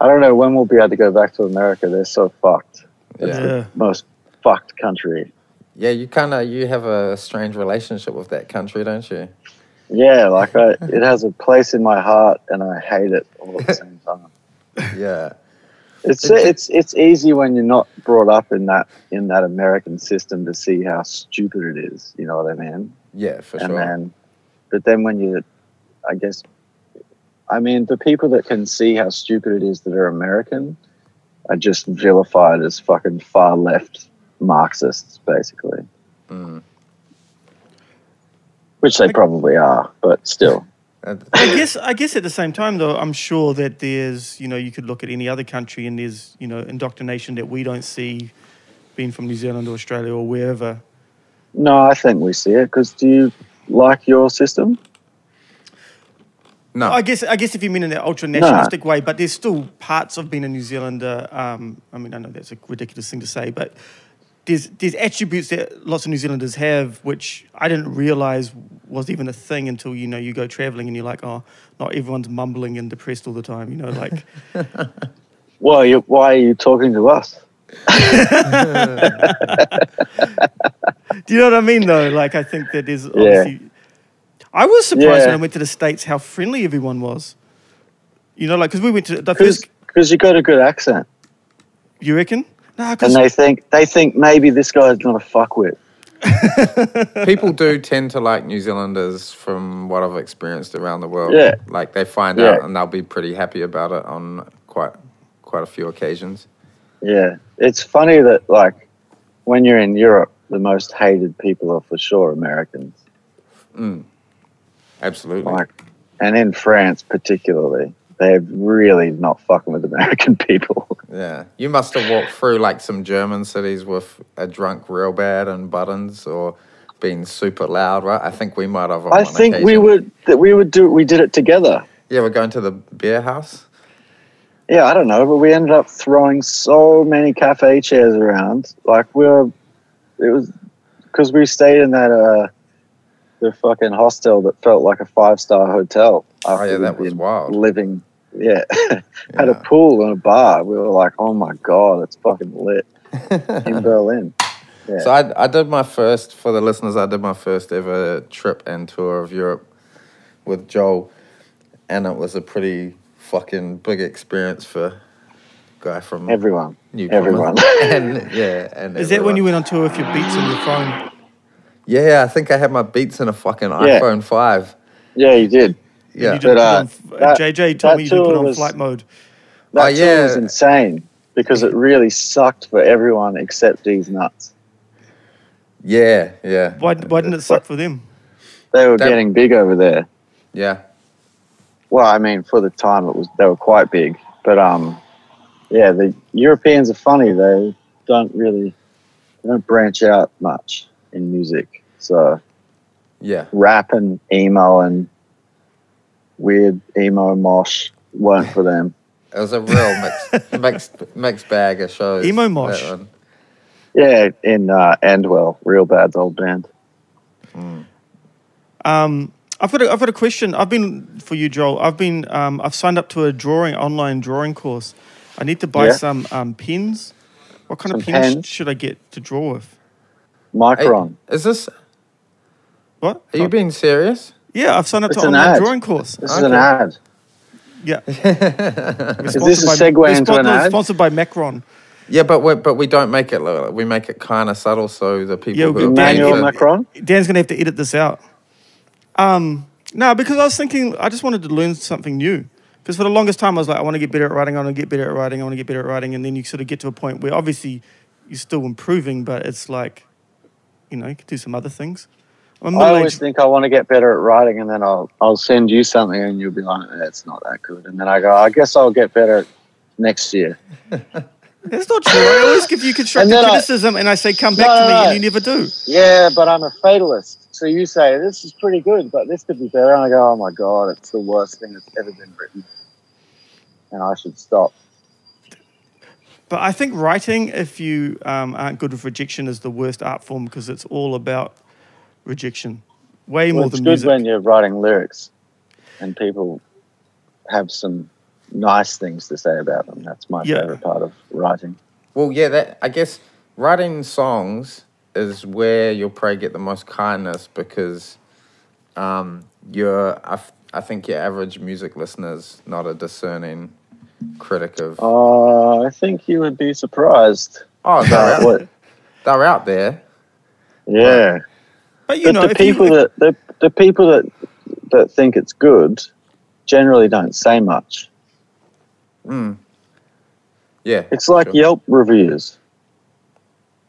Speaker 3: I don't know when we'll be able to go back to America. They're so fucked. It's
Speaker 1: Yeah.
Speaker 2: Yeah.
Speaker 3: the most fucked country.
Speaker 1: Yeah, you kind of you have a strange relationship with that country, don't you?
Speaker 3: Yeah, like I, it has a place in my heart, and I hate it all at the same time.
Speaker 1: Yeah.
Speaker 3: It's it's it's easy when you're not brought up in that in that American system to see how stupid it is. You know what I mean?
Speaker 1: Yeah, for
Speaker 3: and
Speaker 1: sure.
Speaker 3: then but then when you i guess i mean the people that can see how stupid it is that are american are just vilified as fucking far left marxists basically
Speaker 1: Mm.
Speaker 3: which they probably are but still
Speaker 1: And-
Speaker 2: I guess I guess at the same time though, I'm sure that there's you know you could look at any other country and there's you know indoctrination that we don't see, being from New Zealand or Australia or wherever.
Speaker 3: no i think we see it because do you like your system
Speaker 1: no.
Speaker 2: I guess I guess if you mean in an ultra nationalistic way, but there's still parts of being a New Zealander. Um, I mean, I know that's a ridiculous thing to say, but there's there's attributes that lots of New Zealanders have, which I didn't realise was even a thing until you know you go travelling and you're like, oh, not everyone's mumbling and depressed all the time, you know, like.
Speaker 3: well you, why are you talking to us
Speaker 2: Do you know what I mean, though? Like, I think that there's
Speaker 3: Yeah.
Speaker 2: obviously. I was surprised
Speaker 3: Yeah.
Speaker 2: when I went to the States how friendly everyone was. You know, like, because we went to the first.
Speaker 3: because you got a good accent
Speaker 2: You reckon? No, because.
Speaker 3: and they think they think maybe this guy's not a fuckwit
Speaker 1: people do tend to like New Zealanders from what I've experienced around the world.
Speaker 3: Yeah.
Speaker 1: Like they find
Speaker 3: Yeah.
Speaker 1: out and they'll be pretty happy about it on quite quite a few occasions.
Speaker 3: Yeah, it's funny that like when you're in Europe, the most hated people are for sure Americans.
Speaker 1: Mm. Absolutely.
Speaker 3: Like, and in France particularly, they're really not fucking with American people.
Speaker 1: Yeah. You must have walked through like some German cities with a drunk real bad and buttons or been super loud, right? I think we might have on
Speaker 3: I
Speaker 1: one
Speaker 3: think we
Speaker 1: occasion.
Speaker 3: would that we would do we did it together.
Speaker 1: Yeah, we're going to the beer house.
Speaker 3: Yeah, I don't know, but we ended up throwing so many cafe chairs around. Like we were, it was because we stayed in that uh the fucking hostel that felt like a five star hotel.
Speaker 1: Oh yeah,
Speaker 3: after
Speaker 1: that
Speaker 3: we'd
Speaker 1: was
Speaker 3: been
Speaker 1: wild.
Speaker 3: living. Yeah, had a
Speaker 1: Yeah.
Speaker 3: pool and a bar. We were like, oh my god, it's fucking lit in Berlin. Yeah.
Speaker 1: So I, I did my first for the listeners. I did my first ever trip and tour of Europe with Joel, and it was a pretty fucking big experience for a guy from
Speaker 3: Everyone,
Speaker 1: New
Speaker 3: everyone.
Speaker 1: and yeah, and
Speaker 2: Is that
Speaker 1: everyone.
Speaker 2: when you went on tour with your beats on your phone?
Speaker 1: Yeah, I think I had my Beats in a fucking
Speaker 3: Yeah.
Speaker 1: iPhone five.
Speaker 3: yeah, you did.
Speaker 1: Yeah,
Speaker 2: You didn't
Speaker 3: But, uh,
Speaker 2: put on,
Speaker 3: that-
Speaker 2: JJ told
Speaker 3: that
Speaker 2: me you didn't put
Speaker 3: tour
Speaker 2: on
Speaker 3: was-
Speaker 2: flight mode.
Speaker 3: That
Speaker 1: Oh,
Speaker 3: tour
Speaker 1: yeah.
Speaker 3: was insane because it really sucked for everyone except these nuts.
Speaker 1: yeah, yeah.
Speaker 2: Why, why didn't it suck for them?
Speaker 3: They were
Speaker 1: That-
Speaker 3: getting big over there.
Speaker 1: Yeah,
Speaker 3: Well, I mean, for the time, it was they were quite big, but um, yeah, the Europeans are funny. They don't really they don't branch out much in music, so.
Speaker 1: yeah.
Speaker 3: rap and emo and weird emo mosh weren't for them.
Speaker 1: It was a real mixed mixed mixed bag of shows.
Speaker 2: Emo
Speaker 1: that
Speaker 2: mosh.
Speaker 1: one.
Speaker 3: Yeah, in uh, Endwell, Real Bad's old band.
Speaker 2: Um, I've got a, I've got a question. I've been for you, Joel. I've been um, I've signed up to a drawing online drawing course. I need to buy
Speaker 3: Yeah.
Speaker 2: some um, pens. What kind of
Speaker 3: Some
Speaker 2: pens,
Speaker 3: pens?
Speaker 2: should I get to draw with?
Speaker 1: Hey,
Speaker 3: Micron.
Speaker 1: is this? Are
Speaker 2: What?
Speaker 1: you being serious?
Speaker 2: yeah, I've signed up to
Speaker 3: It's an
Speaker 2: online
Speaker 3: ad.
Speaker 2: drawing course.
Speaker 3: This is an
Speaker 1: okay.
Speaker 3: ad.
Speaker 2: Yeah,
Speaker 3: Is this a segue into an ad?
Speaker 2: Sponsored by Macron.
Speaker 1: Yeah, but we but we don't make it. look- We make it kind of subtle so the people
Speaker 2: Yeah,
Speaker 1: who
Speaker 2: we
Speaker 1: are
Speaker 2: can
Speaker 1: paying
Speaker 2: Manual
Speaker 1: for-
Speaker 3: Emmanuel Macron?
Speaker 2: Dan's gonna have to edit this out. Um, no, because I was thinking I just wanted to learn something new. Because for the longest time I was like, I want to get better at writing, I want to get better at writing, I want to get better at writing, and then you sort of get to a point where obviously you're still improving, but it's like, you know, you could do some other things. I'm a
Speaker 3: I always
Speaker 2: middle-aged-
Speaker 3: think I want to get better at writing, and then I'll I'll send you something, and you'll be like, "That's not that good." And then I go, "I guess I'll get better next year."
Speaker 2: That's not true. I always give you constructive
Speaker 3: then I-
Speaker 2: criticism, and I say, come back
Speaker 3: No,
Speaker 2: to
Speaker 3: no,
Speaker 2: me,
Speaker 3: no.
Speaker 2: and you never do.
Speaker 3: Yeah, but I'm a fatalist. So you say this is pretty good, but this could be better. And I go, "Oh my god, it's the worst thing that's ever been written," and I should stop.
Speaker 2: But I think writing, if you um, aren't good with rejection, is the worst art form because it's all about rejection, way
Speaker 3: Well,
Speaker 2: more
Speaker 3: it's
Speaker 2: than
Speaker 3: good
Speaker 2: music.
Speaker 3: when you're writing lyrics and people have some nice things to say about them. That's my
Speaker 2: Yeah.
Speaker 3: favorite part of writing.
Speaker 1: Well, yeah, that I guess writing songs is where you'll probably get the most kindness because um, you're. I, f- I think your average music listener's not a discerning critic of. Oh,
Speaker 3: Uh, I think you would be surprised.
Speaker 2: Oh,
Speaker 1: they're, out,
Speaker 3: what?
Speaker 1: they're out there.
Speaker 3: Yeah.
Speaker 2: but you
Speaker 3: but
Speaker 2: know,
Speaker 3: the
Speaker 2: if you-
Speaker 3: people that the, the people that that think it's good generally don't say much.
Speaker 1: Mm. Yeah.
Speaker 3: It's like
Speaker 1: Sure.
Speaker 3: Yelp reviews.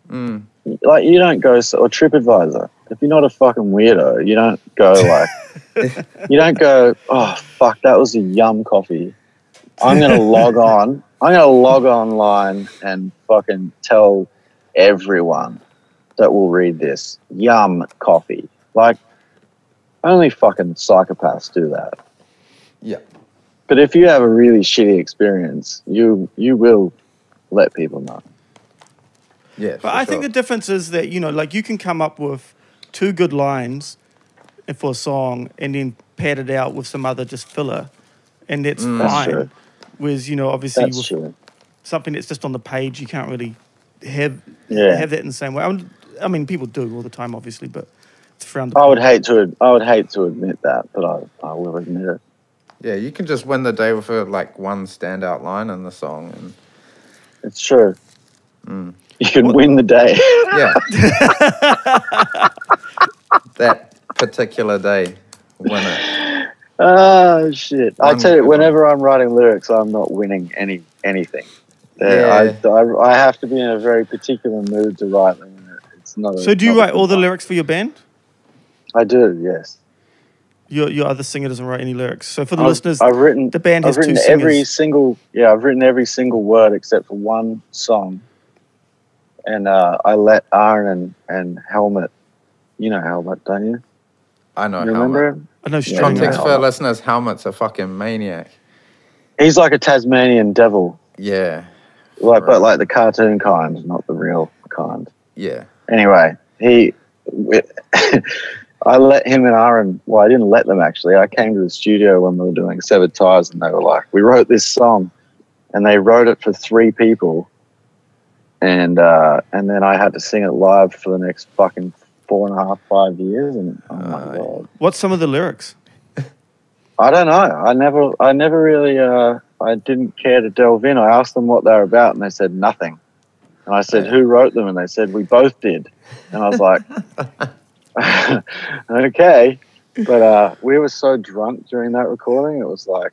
Speaker 1: Mm.
Speaker 3: Like you don't go s- or TripAdvisor. If you're not a fucking weirdo, you don't go like you don't go. Oh fuck, that was a yum coffee. I'm gonna log on. I'm gonna log online and fucking tell everyone that will read this yum coffee. Like only fucking psychopaths do that.
Speaker 1: Yeah.
Speaker 3: But if you have a really shitty experience, you you will let people know.
Speaker 1: Yeah.
Speaker 2: But
Speaker 1: for
Speaker 2: I
Speaker 1: sure.
Speaker 2: think the difference is that you know, like you can come up with two good lines for a song and then pad it out with some other just filler, and that's
Speaker 3: That's
Speaker 2: fine.
Speaker 3: true.
Speaker 2: Whereas you know, obviously,
Speaker 3: That's
Speaker 2: with
Speaker 3: true.
Speaker 2: something that's just on the page, you can't really have
Speaker 3: Yeah.
Speaker 2: have that in the same way. I mean, I mean, people do all the time, obviously, but it's frowned
Speaker 3: I
Speaker 2: upon.
Speaker 3: would hate to ad- I would hate to admit that, but I, I will admit it.
Speaker 1: Yeah, you can just win the day with a, like one standout line in the song, and
Speaker 3: It's true.
Speaker 1: Mm.
Speaker 3: You can win the day.
Speaker 1: yeah, that particular day, win it.
Speaker 3: oh shit! I
Speaker 1: One
Speaker 3: tell you,
Speaker 1: good one.
Speaker 3: whenever I'm writing lyrics, I'm not winning any anything.
Speaker 1: Yeah.
Speaker 3: Yeah. I, I, I have to be in a very particular mood to write them. It's not. a-
Speaker 2: So, do you
Speaker 3: not a
Speaker 2: write all the
Speaker 3: good
Speaker 2: lyrics for your band?
Speaker 3: one. I do. Yes.
Speaker 2: Your your other singer doesn't write any lyrics. So for the
Speaker 3: I've-
Speaker 2: listeners,
Speaker 3: I've written
Speaker 2: the band has
Speaker 3: I've
Speaker 2: two
Speaker 3: written
Speaker 2: singers.
Speaker 3: every single yeah. I've written every single word except for one song, and uh, I let Aaron and, and Helmet, you know Helmet, don't you?
Speaker 1: I know.
Speaker 3: you remember
Speaker 1: helmet.
Speaker 3: him?
Speaker 2: I know
Speaker 3: Yeah,
Speaker 2: string.
Speaker 1: Context
Speaker 3: yeah.
Speaker 1: for our listeners: Helmet's a fucking maniac.
Speaker 3: He's like a Tasmanian devil,
Speaker 1: Yeah,
Speaker 3: like
Speaker 1: Right.
Speaker 3: but like the cartoon kind, not the real kind.
Speaker 1: yeah,
Speaker 3: Anyway, he. I let him and Aaron, well, I didn't let them actually. I came to the studio when we were doing Severed Ties and they were like, we wrote this song and they wrote it for three people. And, uh, and then I had to sing it live for the next fucking four and a half, five years. And oh my
Speaker 1: Uh,
Speaker 3: God.
Speaker 2: What's some of the lyrics?
Speaker 3: I don't know. I never, I never really, uh, I didn't care to delve in. I asked them what they were about and they said nothing. And I said, who wrote them? And they said, we both did. And I was like, okay. But uh, we were so drunk during that recording. It was like,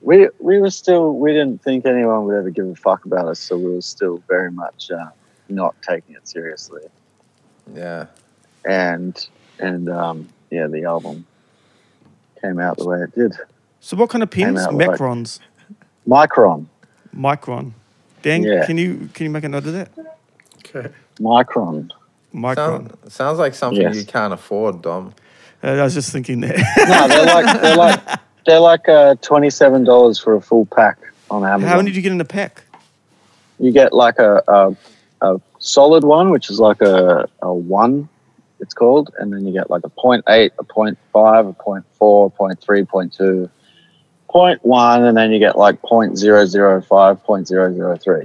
Speaker 3: we, we were still, we didn't think anyone would ever give a fuck about us. So we were still very much uh, not taking it seriously.
Speaker 1: yeah.
Speaker 3: And, and um, yeah, the album came out the way it did.
Speaker 2: So what kind of pens?
Speaker 3: out with, like,
Speaker 2: Macrons.
Speaker 3: Micron.
Speaker 2: Micron. Dan,
Speaker 3: Yeah.
Speaker 2: can you can you make a note of that?
Speaker 4: Okay.
Speaker 3: Micron.
Speaker 2: Micron.
Speaker 1: Sound, sounds like something
Speaker 3: Yes.
Speaker 1: you can't afford, Dom.
Speaker 2: Uh, I was just thinking that.
Speaker 3: No, they're like they're like they're like uh, twenty seven dollars for a full pack on Amazon.
Speaker 2: How many did you get in a pack?
Speaker 3: you get like a, a a solid one, which is like a a one, it's called, and then you get like a point eight, a point five, a point four, point three, point two, point one, and then you get like point zero zero five, point zero zero three.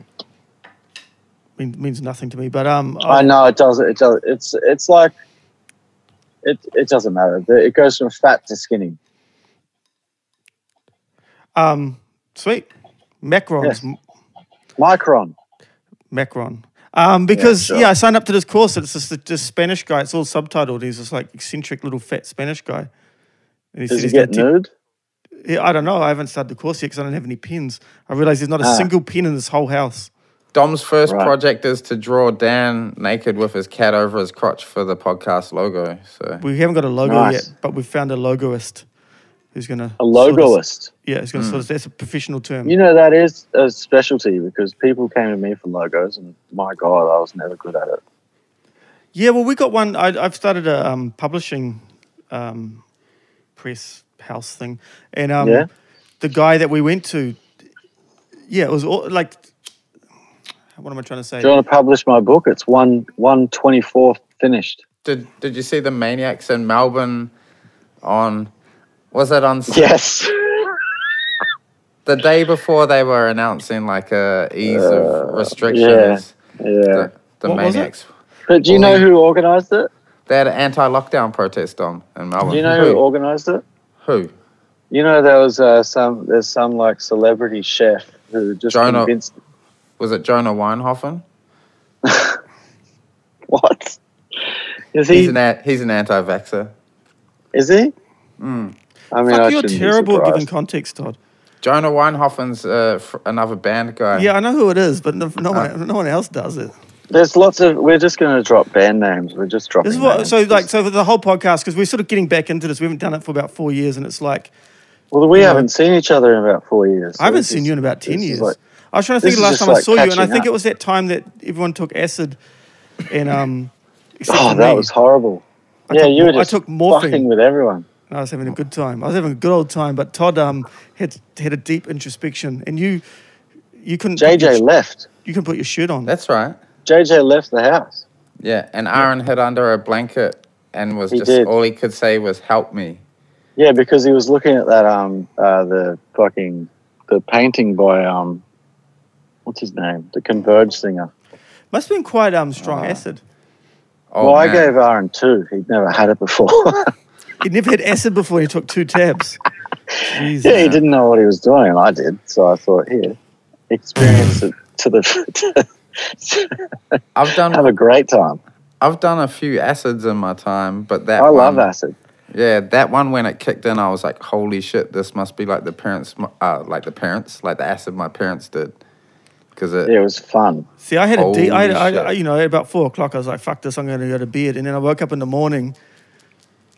Speaker 2: Mean, means nothing to me, but um,
Speaker 3: I know it doesn't. It does. It's it's like it it doesn't matter. It goes from fat to skinny.
Speaker 2: um, sweet. Macrons.
Speaker 3: Yes. Micron.
Speaker 2: Macron. Um, because yeah,
Speaker 3: sure.
Speaker 2: I signed up to this course. and It's just this, this Spanish guy. It's all subtitled. He's this like eccentric little fat Spanish guy. And he
Speaker 3: Does it
Speaker 2: he's
Speaker 3: get
Speaker 2: gonna te-
Speaker 3: nude?
Speaker 2: Yeah, I don't know. I haven't started the course yet because I don't have any pins. I realize there's not a
Speaker 3: Ah.
Speaker 2: single pin in this whole house.
Speaker 1: Dom's first
Speaker 3: Right.
Speaker 1: project is to draw Dan naked with his cat over his crotch for the podcast logo. So
Speaker 2: We haven't got a logo
Speaker 3: Nice.
Speaker 2: yet, but we found a logoist who's gonna
Speaker 3: A
Speaker 2: sort mm. us-
Speaker 3: logoist. Hmm.
Speaker 2: Yeah, it's gonna sort us. That's a professional term.
Speaker 3: You know, that is a specialty because people came to me for logos, and my God, I was never good at it.
Speaker 2: Yeah, well, we got one. I, I've started a um, publishing um, press house thing, and um,
Speaker 3: Yeah?
Speaker 2: the guy that we went to, yeah, it was all, like what am I trying to say?
Speaker 3: Do you want to publish my book? It's one one twenty four finished.
Speaker 1: Did Did you see the maniacs in Melbourne? On was it on s-
Speaker 3: Yes.
Speaker 1: the day before they were announcing like a ease
Speaker 3: Uh,
Speaker 1: of restrictions?
Speaker 3: Yeah.
Speaker 1: The, the
Speaker 2: What was it?
Speaker 1: maniacs.
Speaker 3: But do you know who organised it?
Speaker 1: They had an anti-lockdown protest on in Melbourne.
Speaker 3: Do you know who organised it?
Speaker 1: who? who?
Speaker 3: You know there was uh, some there's some like celebrity chef who just
Speaker 1: Jonah.
Speaker 3: convinced
Speaker 1: Was it Jonah Weinhofen?
Speaker 3: what is
Speaker 1: He's
Speaker 3: he?
Speaker 1: an a- he's an anti-vaxxer.
Speaker 3: Is he?
Speaker 1: Mm.
Speaker 3: I mean, I
Speaker 2: Fuck, you're
Speaker 3: shouldn't be
Speaker 2: terrible at giving
Speaker 3: surprised.
Speaker 2: context, Todd.
Speaker 1: Jonah Weinhofen's uh, fr- another band guy.
Speaker 2: Yeah, I know who it is, but no, no
Speaker 3: Ah.
Speaker 2: one, no one else does it.
Speaker 3: There's lots of. We're just going to drop band names. We're just dropping.
Speaker 2: This is what.
Speaker 3: names.
Speaker 2: So like, so for the whole podcast, because we're sort of getting back into this. We haven't done it for about four years, and it's like
Speaker 3: well, we
Speaker 2: you know-
Speaker 3: haven't seen each other in about four years. so
Speaker 2: I haven't
Speaker 3: this
Speaker 2: seen
Speaker 3: is-
Speaker 2: you in about ten
Speaker 3: this is
Speaker 2: years.
Speaker 3: like-
Speaker 2: I was trying to think
Speaker 3: this
Speaker 2: the
Speaker 3: is
Speaker 2: last
Speaker 3: just
Speaker 2: time I
Speaker 3: like
Speaker 2: saw you, and I
Speaker 3: catching
Speaker 2: think it
Speaker 3: up.
Speaker 2: was that time that everyone took acid, and um. except
Speaker 3: oh,
Speaker 2: for
Speaker 3: that
Speaker 2: me.
Speaker 3: was horrible.
Speaker 2: I
Speaker 3: yeah,
Speaker 2: took
Speaker 3: you
Speaker 2: mor-
Speaker 3: were
Speaker 2: I
Speaker 3: just
Speaker 2: took morphine.
Speaker 3: fucking with everyone.
Speaker 2: I was having a good time. I was having a good old time, but Todd um, had had a deep introspection, and you you couldn't put your
Speaker 3: JJ
Speaker 2: sh-
Speaker 3: left.
Speaker 2: you couldn't put your shirt on.
Speaker 1: that's right.
Speaker 3: JJ left the house.
Speaker 1: Yeah, and Aaron hid under a blanket and was
Speaker 3: He
Speaker 1: just
Speaker 3: did.
Speaker 1: all he could say was "Help me."
Speaker 3: Yeah, because he was looking at that um uh, the fucking the painting by um what's his name the Converge singer.
Speaker 2: Must have been quite um strong acid.
Speaker 1: Oh,
Speaker 3: well, I
Speaker 1: man.
Speaker 3: gave Aaron two. He'd never had it before.
Speaker 2: He'd never had acid before. He took two tabs. Jeez.
Speaker 3: yeah, he didn't know what he was doing, and I did. So I thought, here, experience it to the
Speaker 1: I've
Speaker 3: have
Speaker 1: done
Speaker 3: a great time.
Speaker 1: I've done a few acids in my time, but that
Speaker 3: I love
Speaker 1: one-
Speaker 3: acid.
Speaker 1: Yeah, that one when it kicked in, I was like, "Holy shit! This must be like the parents, uh, like the parents, like the acid my parents did." Because it,
Speaker 3: Yeah, it was fun.
Speaker 2: See, I had a deep. I, had-
Speaker 1: Holy
Speaker 2: I, I
Speaker 1: shit.
Speaker 2: you know at about four o'clock, I was like, "Fuck this! I'm going to go to bed." And then I woke up in the morning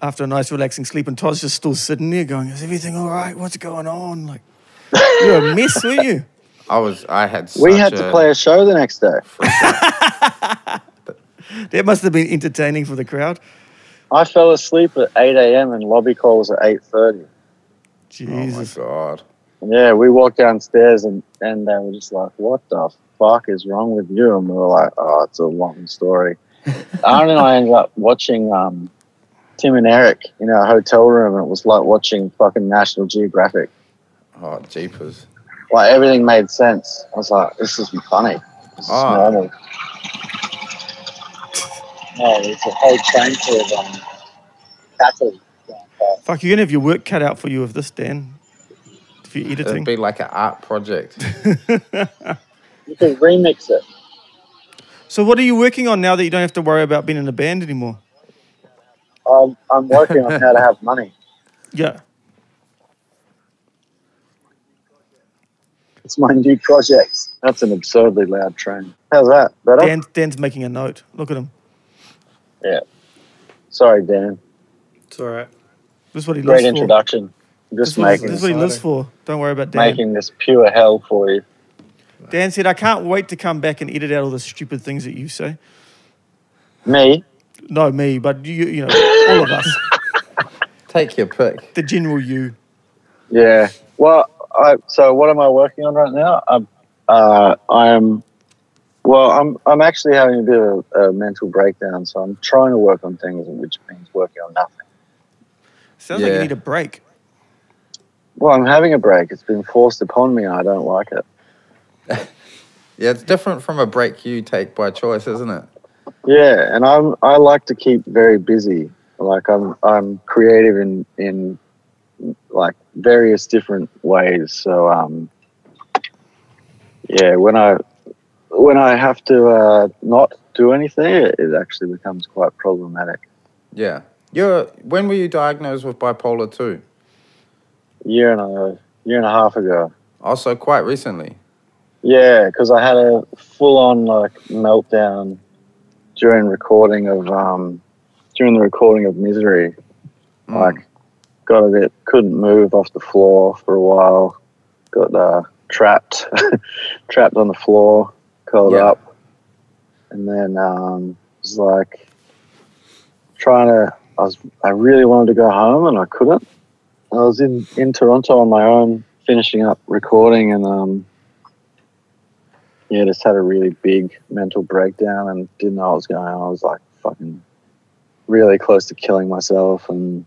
Speaker 2: after a nice relaxing sleep, and Todd's just still sitting there going, "Is everything all right? What's going on?" Like you're a mess, weren't you?
Speaker 1: I was, I had. Such
Speaker 3: We had to
Speaker 1: a- Oh
Speaker 3: play a show the next day.
Speaker 2: That must have been entertaining for the crowd.
Speaker 3: I fell asleep at eight a.m. and lobby call was at eight thirty.
Speaker 2: Jesus.
Speaker 1: Oh my god!
Speaker 3: Yeah, we walked downstairs and, and they were just like, What the fuck is wrong with you? And we were like, Oh, it's a long story. Aaron and I ended up watching um, Tim and Eric in our hotel room. And it was like watching fucking National Geographic.
Speaker 1: Oh jeepers!
Speaker 3: Like everything made sense. I was like, This isn't funny. This is
Speaker 1: Ah.
Speaker 3: normal. No, there's Oh, a whole train full of um, cattle. going past.
Speaker 2: Fuck, you're gonna have your work cut out for you with this, Dan. If you're
Speaker 1: It'd
Speaker 2: editing.
Speaker 1: be like an art project.
Speaker 3: You could remix it.
Speaker 2: so what are you working on now that you don't have to worry about being in a band anymore?
Speaker 3: I'm, I'm working on how to have money.
Speaker 2: Yeah.
Speaker 3: It's my new project. That's an absurdly loud train. How's that? Better?
Speaker 2: Dan, Dan's making a note. Look at him.
Speaker 3: Sorry, Dan.
Speaker 4: It's all right.
Speaker 2: This is what he lives
Speaker 3: Great
Speaker 2: for.
Speaker 3: introduction. I'm
Speaker 2: This,
Speaker 3: just
Speaker 2: is what-
Speaker 3: making
Speaker 2: this is what he lives
Speaker 4: Exciting.
Speaker 2: for. Don't worry about Dan.
Speaker 3: making this pure hell for you.
Speaker 2: Dan said, I can't wait to come back and edit out all the stupid things that you say.
Speaker 3: Me?
Speaker 2: No, me, but you, you know, all of us.
Speaker 1: Take your pick.
Speaker 2: The general you.
Speaker 3: Yeah. Well, I, so what am I working on right now? I'm, uh, I'm. Well, I'm. I'm actually having a bit of a, a mental breakdown, so I'm trying to work on things, which means working on nothing.
Speaker 2: Sounds like you
Speaker 1: Yeah.
Speaker 2: need a break.
Speaker 3: Well, I'm having a break. It's been forced upon me, and I don't like it.
Speaker 1: Yeah, it's different from a break you take by choice, isn't it?
Speaker 3: Yeah, and I'm I like to keep very busy. Like I'm I'm creative in in like various different ways. So um yeah, when I when I have to uh, not do anything, it, it actually becomes quite problematic.
Speaker 1: Yeah. You're. When were you diagnosed with bipolar two?
Speaker 3: A year and a year and a half ago.
Speaker 1: Also, quite recently.
Speaker 3: Yeah, because I had a full on like meltdown during recording of um during the recording of Misery.
Speaker 1: Mm.
Speaker 3: Like, got a bit, couldn't move off the floor for a while. Got uh, trapped, trapped on the floor, curled
Speaker 1: Yeah.
Speaker 3: up, and then um, was like trying to. I was, I really wanted to go home, and I couldn't. I was in in Toronto on my own, finishing up recording, and um, yeah, just had a really big mental breakdown and didn't know what was going on. I was like fucking really close to killing myself and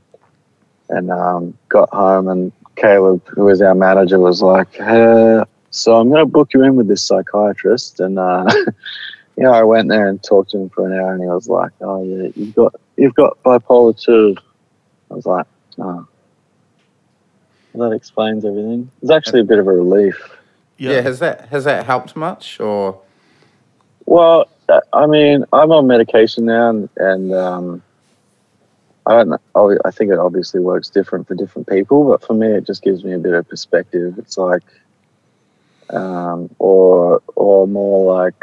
Speaker 3: and um, got home and Caleb, who was our manager, was like, uh, so I'm going to book you in with this psychiatrist. And, uh, you know, I went there and talked to him for an hour and he was like, oh yeah, you've got, you've got bipolar two. I was like, oh, well, that explains everything. It was actually a bit of a relief.
Speaker 1: Yeah. Has that has that helped much or?
Speaker 3: Well, uh, I mean, I'm on medication now, and, and um, I don't know. obvi- I think it obviously works different for different people, but for me, it just gives me a bit of perspective. It's like, um, or or more like,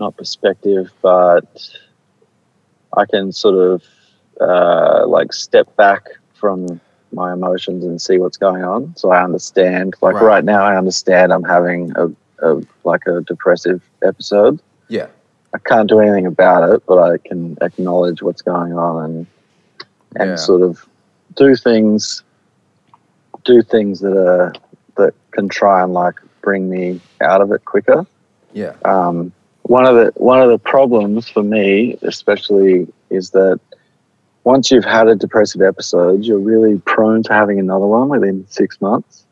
Speaker 3: not perspective, but I can sort of uh, like step back from my emotions and see what's going on. So I understand. Like
Speaker 1: Right.
Speaker 3: right, now, I understand I'm having a, a like a depressive episode.
Speaker 1: Yeah.
Speaker 3: I can't do anything about it, but I can acknowledge what's going on and and
Speaker 1: Yeah.
Speaker 3: sort of do things do things that are that can try and like bring me out of it quicker.
Speaker 1: Yeah.
Speaker 3: Um, one of the one of the problems for me, especially, is that once you've had a depressive episode, you're really prone to having another one within six months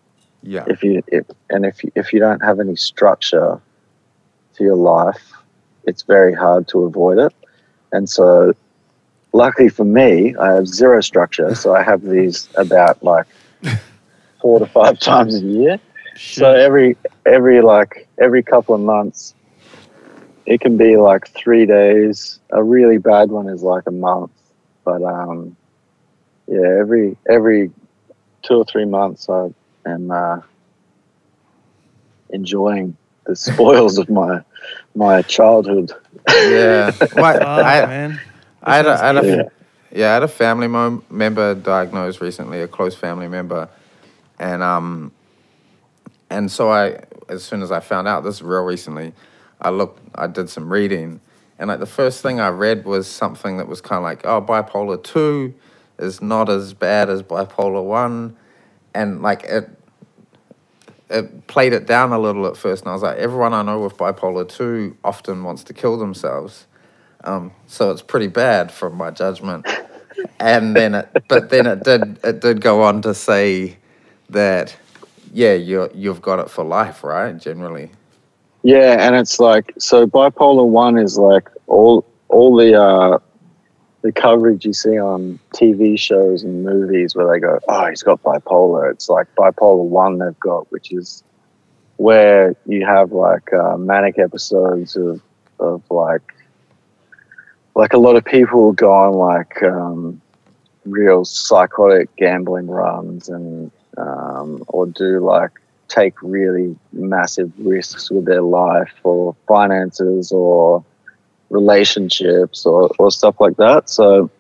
Speaker 1: Yeah.
Speaker 3: if you if, and if you, if you don't have any structure to your life, it's very hard to avoid it. And so, luckily for me, I have zero structure, so I have these about like four to five times a year. So
Speaker 2: Shit.
Speaker 3: every every like every couple of months, it can be like three days. A really bad one is like a month, but um, yeah, every every two or three months, I am uh, enjoying the spoils of my my childhood.
Speaker 1: Yeah. Well,
Speaker 2: Fuck,
Speaker 1: I,
Speaker 2: man.
Speaker 1: I had a, I had a,
Speaker 3: Yeah.
Speaker 1: yeah, I had a family mo- member diagnosed recently, a close family member, and um, and so I, as soon as I found out this is real recently, I looked, I did some reading, and like the first thing I read was something that was kind of like, oh, bipolar two is not as bad as bipolar one, and like it it played it down a little at first, and I was like, everyone I know with bipolar two often wants to kill themselves, um, so it's pretty bad from my judgment. And then, it, but then it did it did go on to say that, yeah, you you've got it for life, right? Generally,
Speaker 3: Yeah, and it's like so bipolar one is like all all the uh the coverage you see on TV shows and movies where they go, Oh, he's got bipolar. It's like bipolar one they've got, which is where you have like uh, manic episodes of of like like a lot of people go on like um real psychotic gambling runs and um or do like take really massive risks with their life or finances or relationships or, or stuff like that. So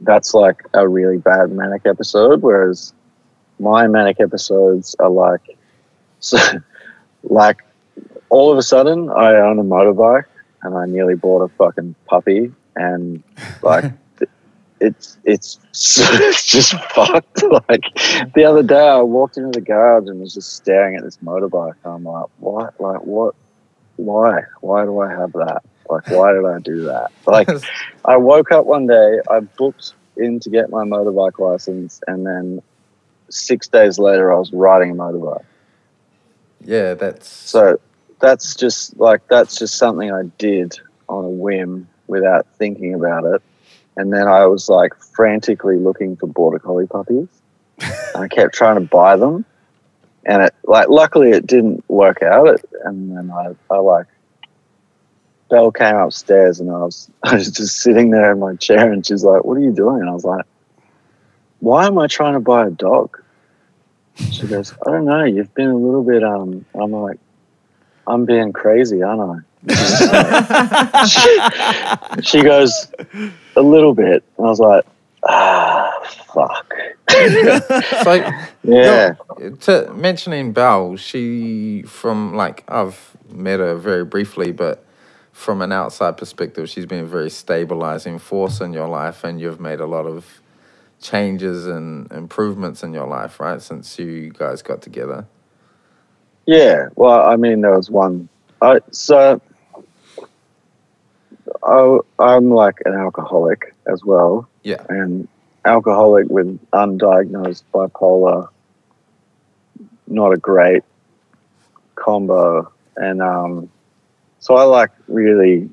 Speaker 3: that's like a really bad manic episode. Whereas my manic episodes are like, so, like all of a sudden I own a motorbike and I nearly bought a fucking puppy and like it's it's it's just fucked. Like the other day, I walked into the garage and was just staring at this motorbike. And I'm like, what? Like what? Why? Why do I have that? Like why did I do that? Like I woke up one day, I booked in to get my motorbike license, and then six days later, I was riding a motorbike.
Speaker 1: yeah, that's
Speaker 3: So that's just like that's just something I did on a whim without thinking about it. And then I was like frantically looking for border collie puppies. and I kept trying to buy them. And it like luckily it didn't work out. It, and then I, I like Belle came upstairs and I was I was just sitting there in my chair and she's like, What are you doing? And I was like, Why am I trying to buy a dog? She goes, I don't know, you've been a little bit um I'm like I'm being crazy, aren't I? she, she goes, a little bit. And I was like, ah, fuck.
Speaker 1: so
Speaker 3: Yeah.
Speaker 1: No, to mentioning Belle, she from like I've met her very briefly, but from an outside perspective, she's been a very stabilizing force in your life, and you've made a lot of changes and improvements in your life, right? Since you guys got together.
Speaker 3: Yeah. Well, I mean, there was one I so I, I'm like an alcoholic as well.
Speaker 1: Yeah.
Speaker 3: And alcoholic with undiagnosed bipolar, not a great combo. And um, so I like really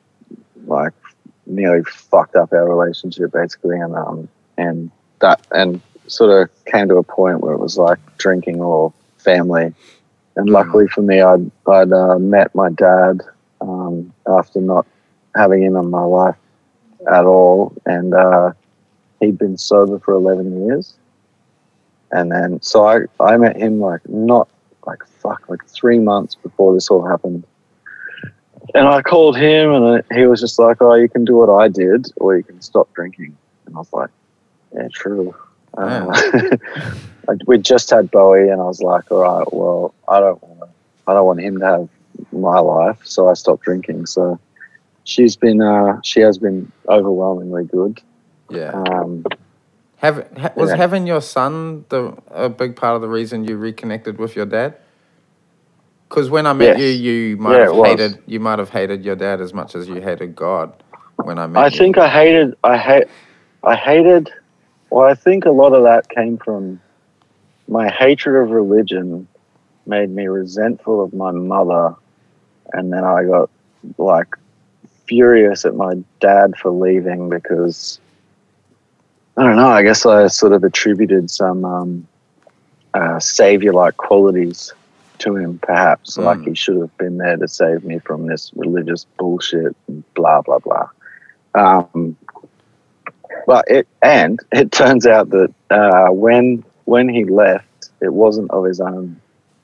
Speaker 3: like nearly fucked up our relationship basically, and um, and that and sort of came to a point where it was like drinking or family. And
Speaker 1: Mm.
Speaker 3: luckily for me, I'd, I'd uh, met my dad um, after not having him in my life at all. And uh, he'd been sober for 11 years. And then, so I, I met him like not like fuck, like three months before this all happened. And I called him and I, he was just like, oh, you can do what I did or you can stop drinking. And I was like, yeah, true. Uh, I- we just had Bowie and I was like, all right, well, I don't want to, I don't want him to have my life. So I stopped drinking. So she's been, uh, she has been overwhelmingly good.
Speaker 1: Yeah.
Speaker 3: Um,
Speaker 1: Have, ha, was
Speaker 3: Yeah.
Speaker 1: having your son the a big part of the reason you reconnected with your dad? Because when I met
Speaker 3: Yes.
Speaker 1: you, you might
Speaker 3: Yeah, it
Speaker 1: have
Speaker 3: was.
Speaker 1: hated you might have hated your dad as much as you hated God when I met
Speaker 3: I
Speaker 1: you.
Speaker 3: think I hated. I hate. I hated. Well, I think a lot of that came from my hatred of religion, made me resentful of my mother, and then I got like furious at my dad for leaving because I don't know. I guess I sort of attributed some um, uh, savior-like qualities to him, perhaps like
Speaker 1: Mm.
Speaker 3: he should have been there to save me from this religious bullshit and blah blah blah. Um, but it and it turns out that uh, when when he left, it wasn't of his own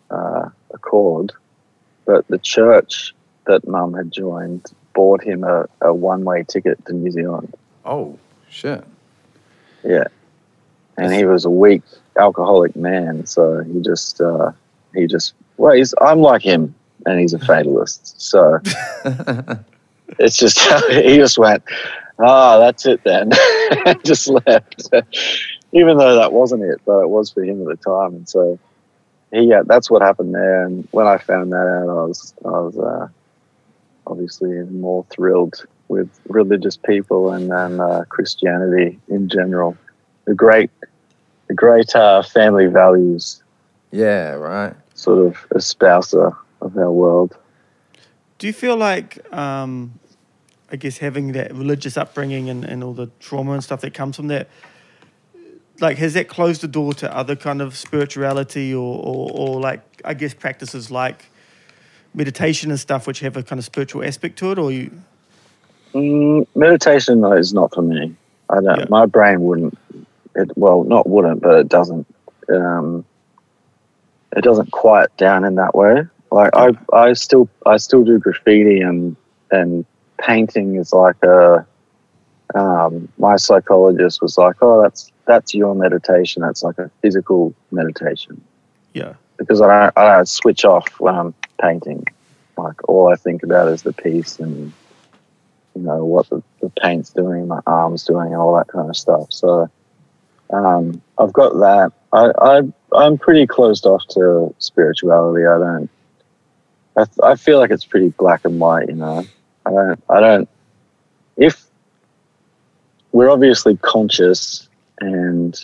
Speaker 3: uh, accord, but the church that Mum had joined bought him a, a one way ticket to New Zealand.
Speaker 1: oh shit!
Speaker 3: Yeah, and he was a weak alcoholic man, so he just uh, he just well, he's I'm like him, and he's a fatalist, so. It's just he just went, ah, that's it then, and just left. Even though that wasn't it, but it was for him at the time, and so he yeah, that's what happened there. And when I found that out, I was I was uh, obviously even more thrilled with religious people and, and uh, Christianity in general. The great, the great uh, family values
Speaker 1: yeah, right.
Speaker 3: sort of espouser of our world.
Speaker 2: Do you feel like, um, I guess, having that religious upbringing and, and all the trauma and stuff that comes from that, like, has that closed the door to other kind of spirituality or, or, or like, I guess, practices like meditation and stuff, which have a kind of spiritual aspect to it? Or you,
Speaker 3: Mm, meditation though is not for me. I don't.
Speaker 2: Yeah.
Speaker 3: My brain wouldn't. It well, not wouldn't, but it doesn't. Um, it doesn't quiet down in that way. Like I, I still, I still do graffiti and and painting is like a. Um, my psychologist was like, "Oh, that's that's your meditation. That's like a physical meditation."
Speaker 2: yeah,
Speaker 3: because I don't, I don't switch off when I'm painting. Like all I think about is the piece and you know what the, the paint's doing, my arms doing, all that kind of stuff. So um, I've got that. I, I I'm pretty closed off to spirituality. I don't. I, th- I feel like it's pretty black and white. You know, I don't. I don't. If we're obviously conscious and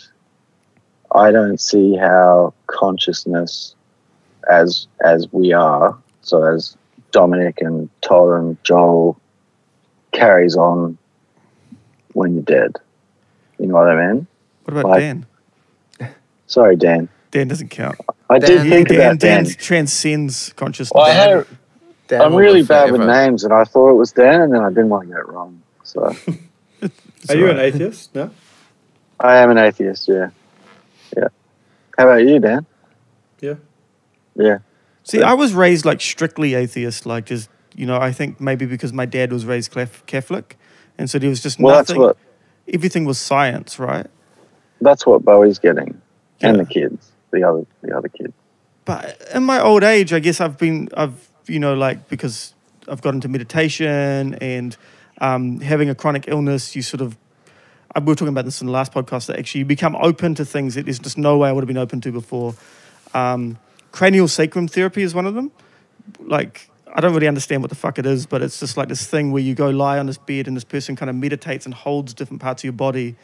Speaker 3: I don't see how consciousness as as we are, so as Dominic and Todd and Joel carries on when you're dead. You know what I mean?
Speaker 2: what about
Speaker 3: Like-
Speaker 2: Dan?
Speaker 3: Sorry, Dan.
Speaker 2: Dan doesn't count.
Speaker 3: I
Speaker 1: Dan-
Speaker 3: did think
Speaker 2: Dan,
Speaker 3: about Dan.
Speaker 2: Dan transcends consciousness.
Speaker 3: Well, I had a-
Speaker 1: Dad
Speaker 3: I'm
Speaker 1: will
Speaker 3: really
Speaker 1: live
Speaker 3: bad with
Speaker 1: forever.
Speaker 3: names, and I thought it was Dan, and then I didn't want to get it wrong. So
Speaker 2: It's
Speaker 4: Are you an
Speaker 2: alright.
Speaker 4: atheist? No.
Speaker 3: I am an atheist. Yeah, yeah. How about you, Dan?
Speaker 4: Yeah.
Speaker 3: Yeah.
Speaker 2: See, I was raised like strictly atheist, like just you know. I think maybe because my dad was raised Clef- Catholic, and so there was just
Speaker 3: Well, that's
Speaker 2: nothing.
Speaker 3: what
Speaker 2: everything was science, right?
Speaker 3: that's what Bowie's getting, and
Speaker 2: Yeah.
Speaker 3: the kids, the other the other kids.
Speaker 2: But in my old age, I guess I've been, I've you know, like because I've got into meditation and um, having a chronic illness, you sort of. I- We were talking about this in the last podcast that actually you become open to things that there's just no way I would have been open to before. Um, cranial sacrum therapy is one of them. Like I don't really understand what the fuck it is, but it's just like this thing where you go lie on this bed and this person kind of meditates and holds different parts of your body.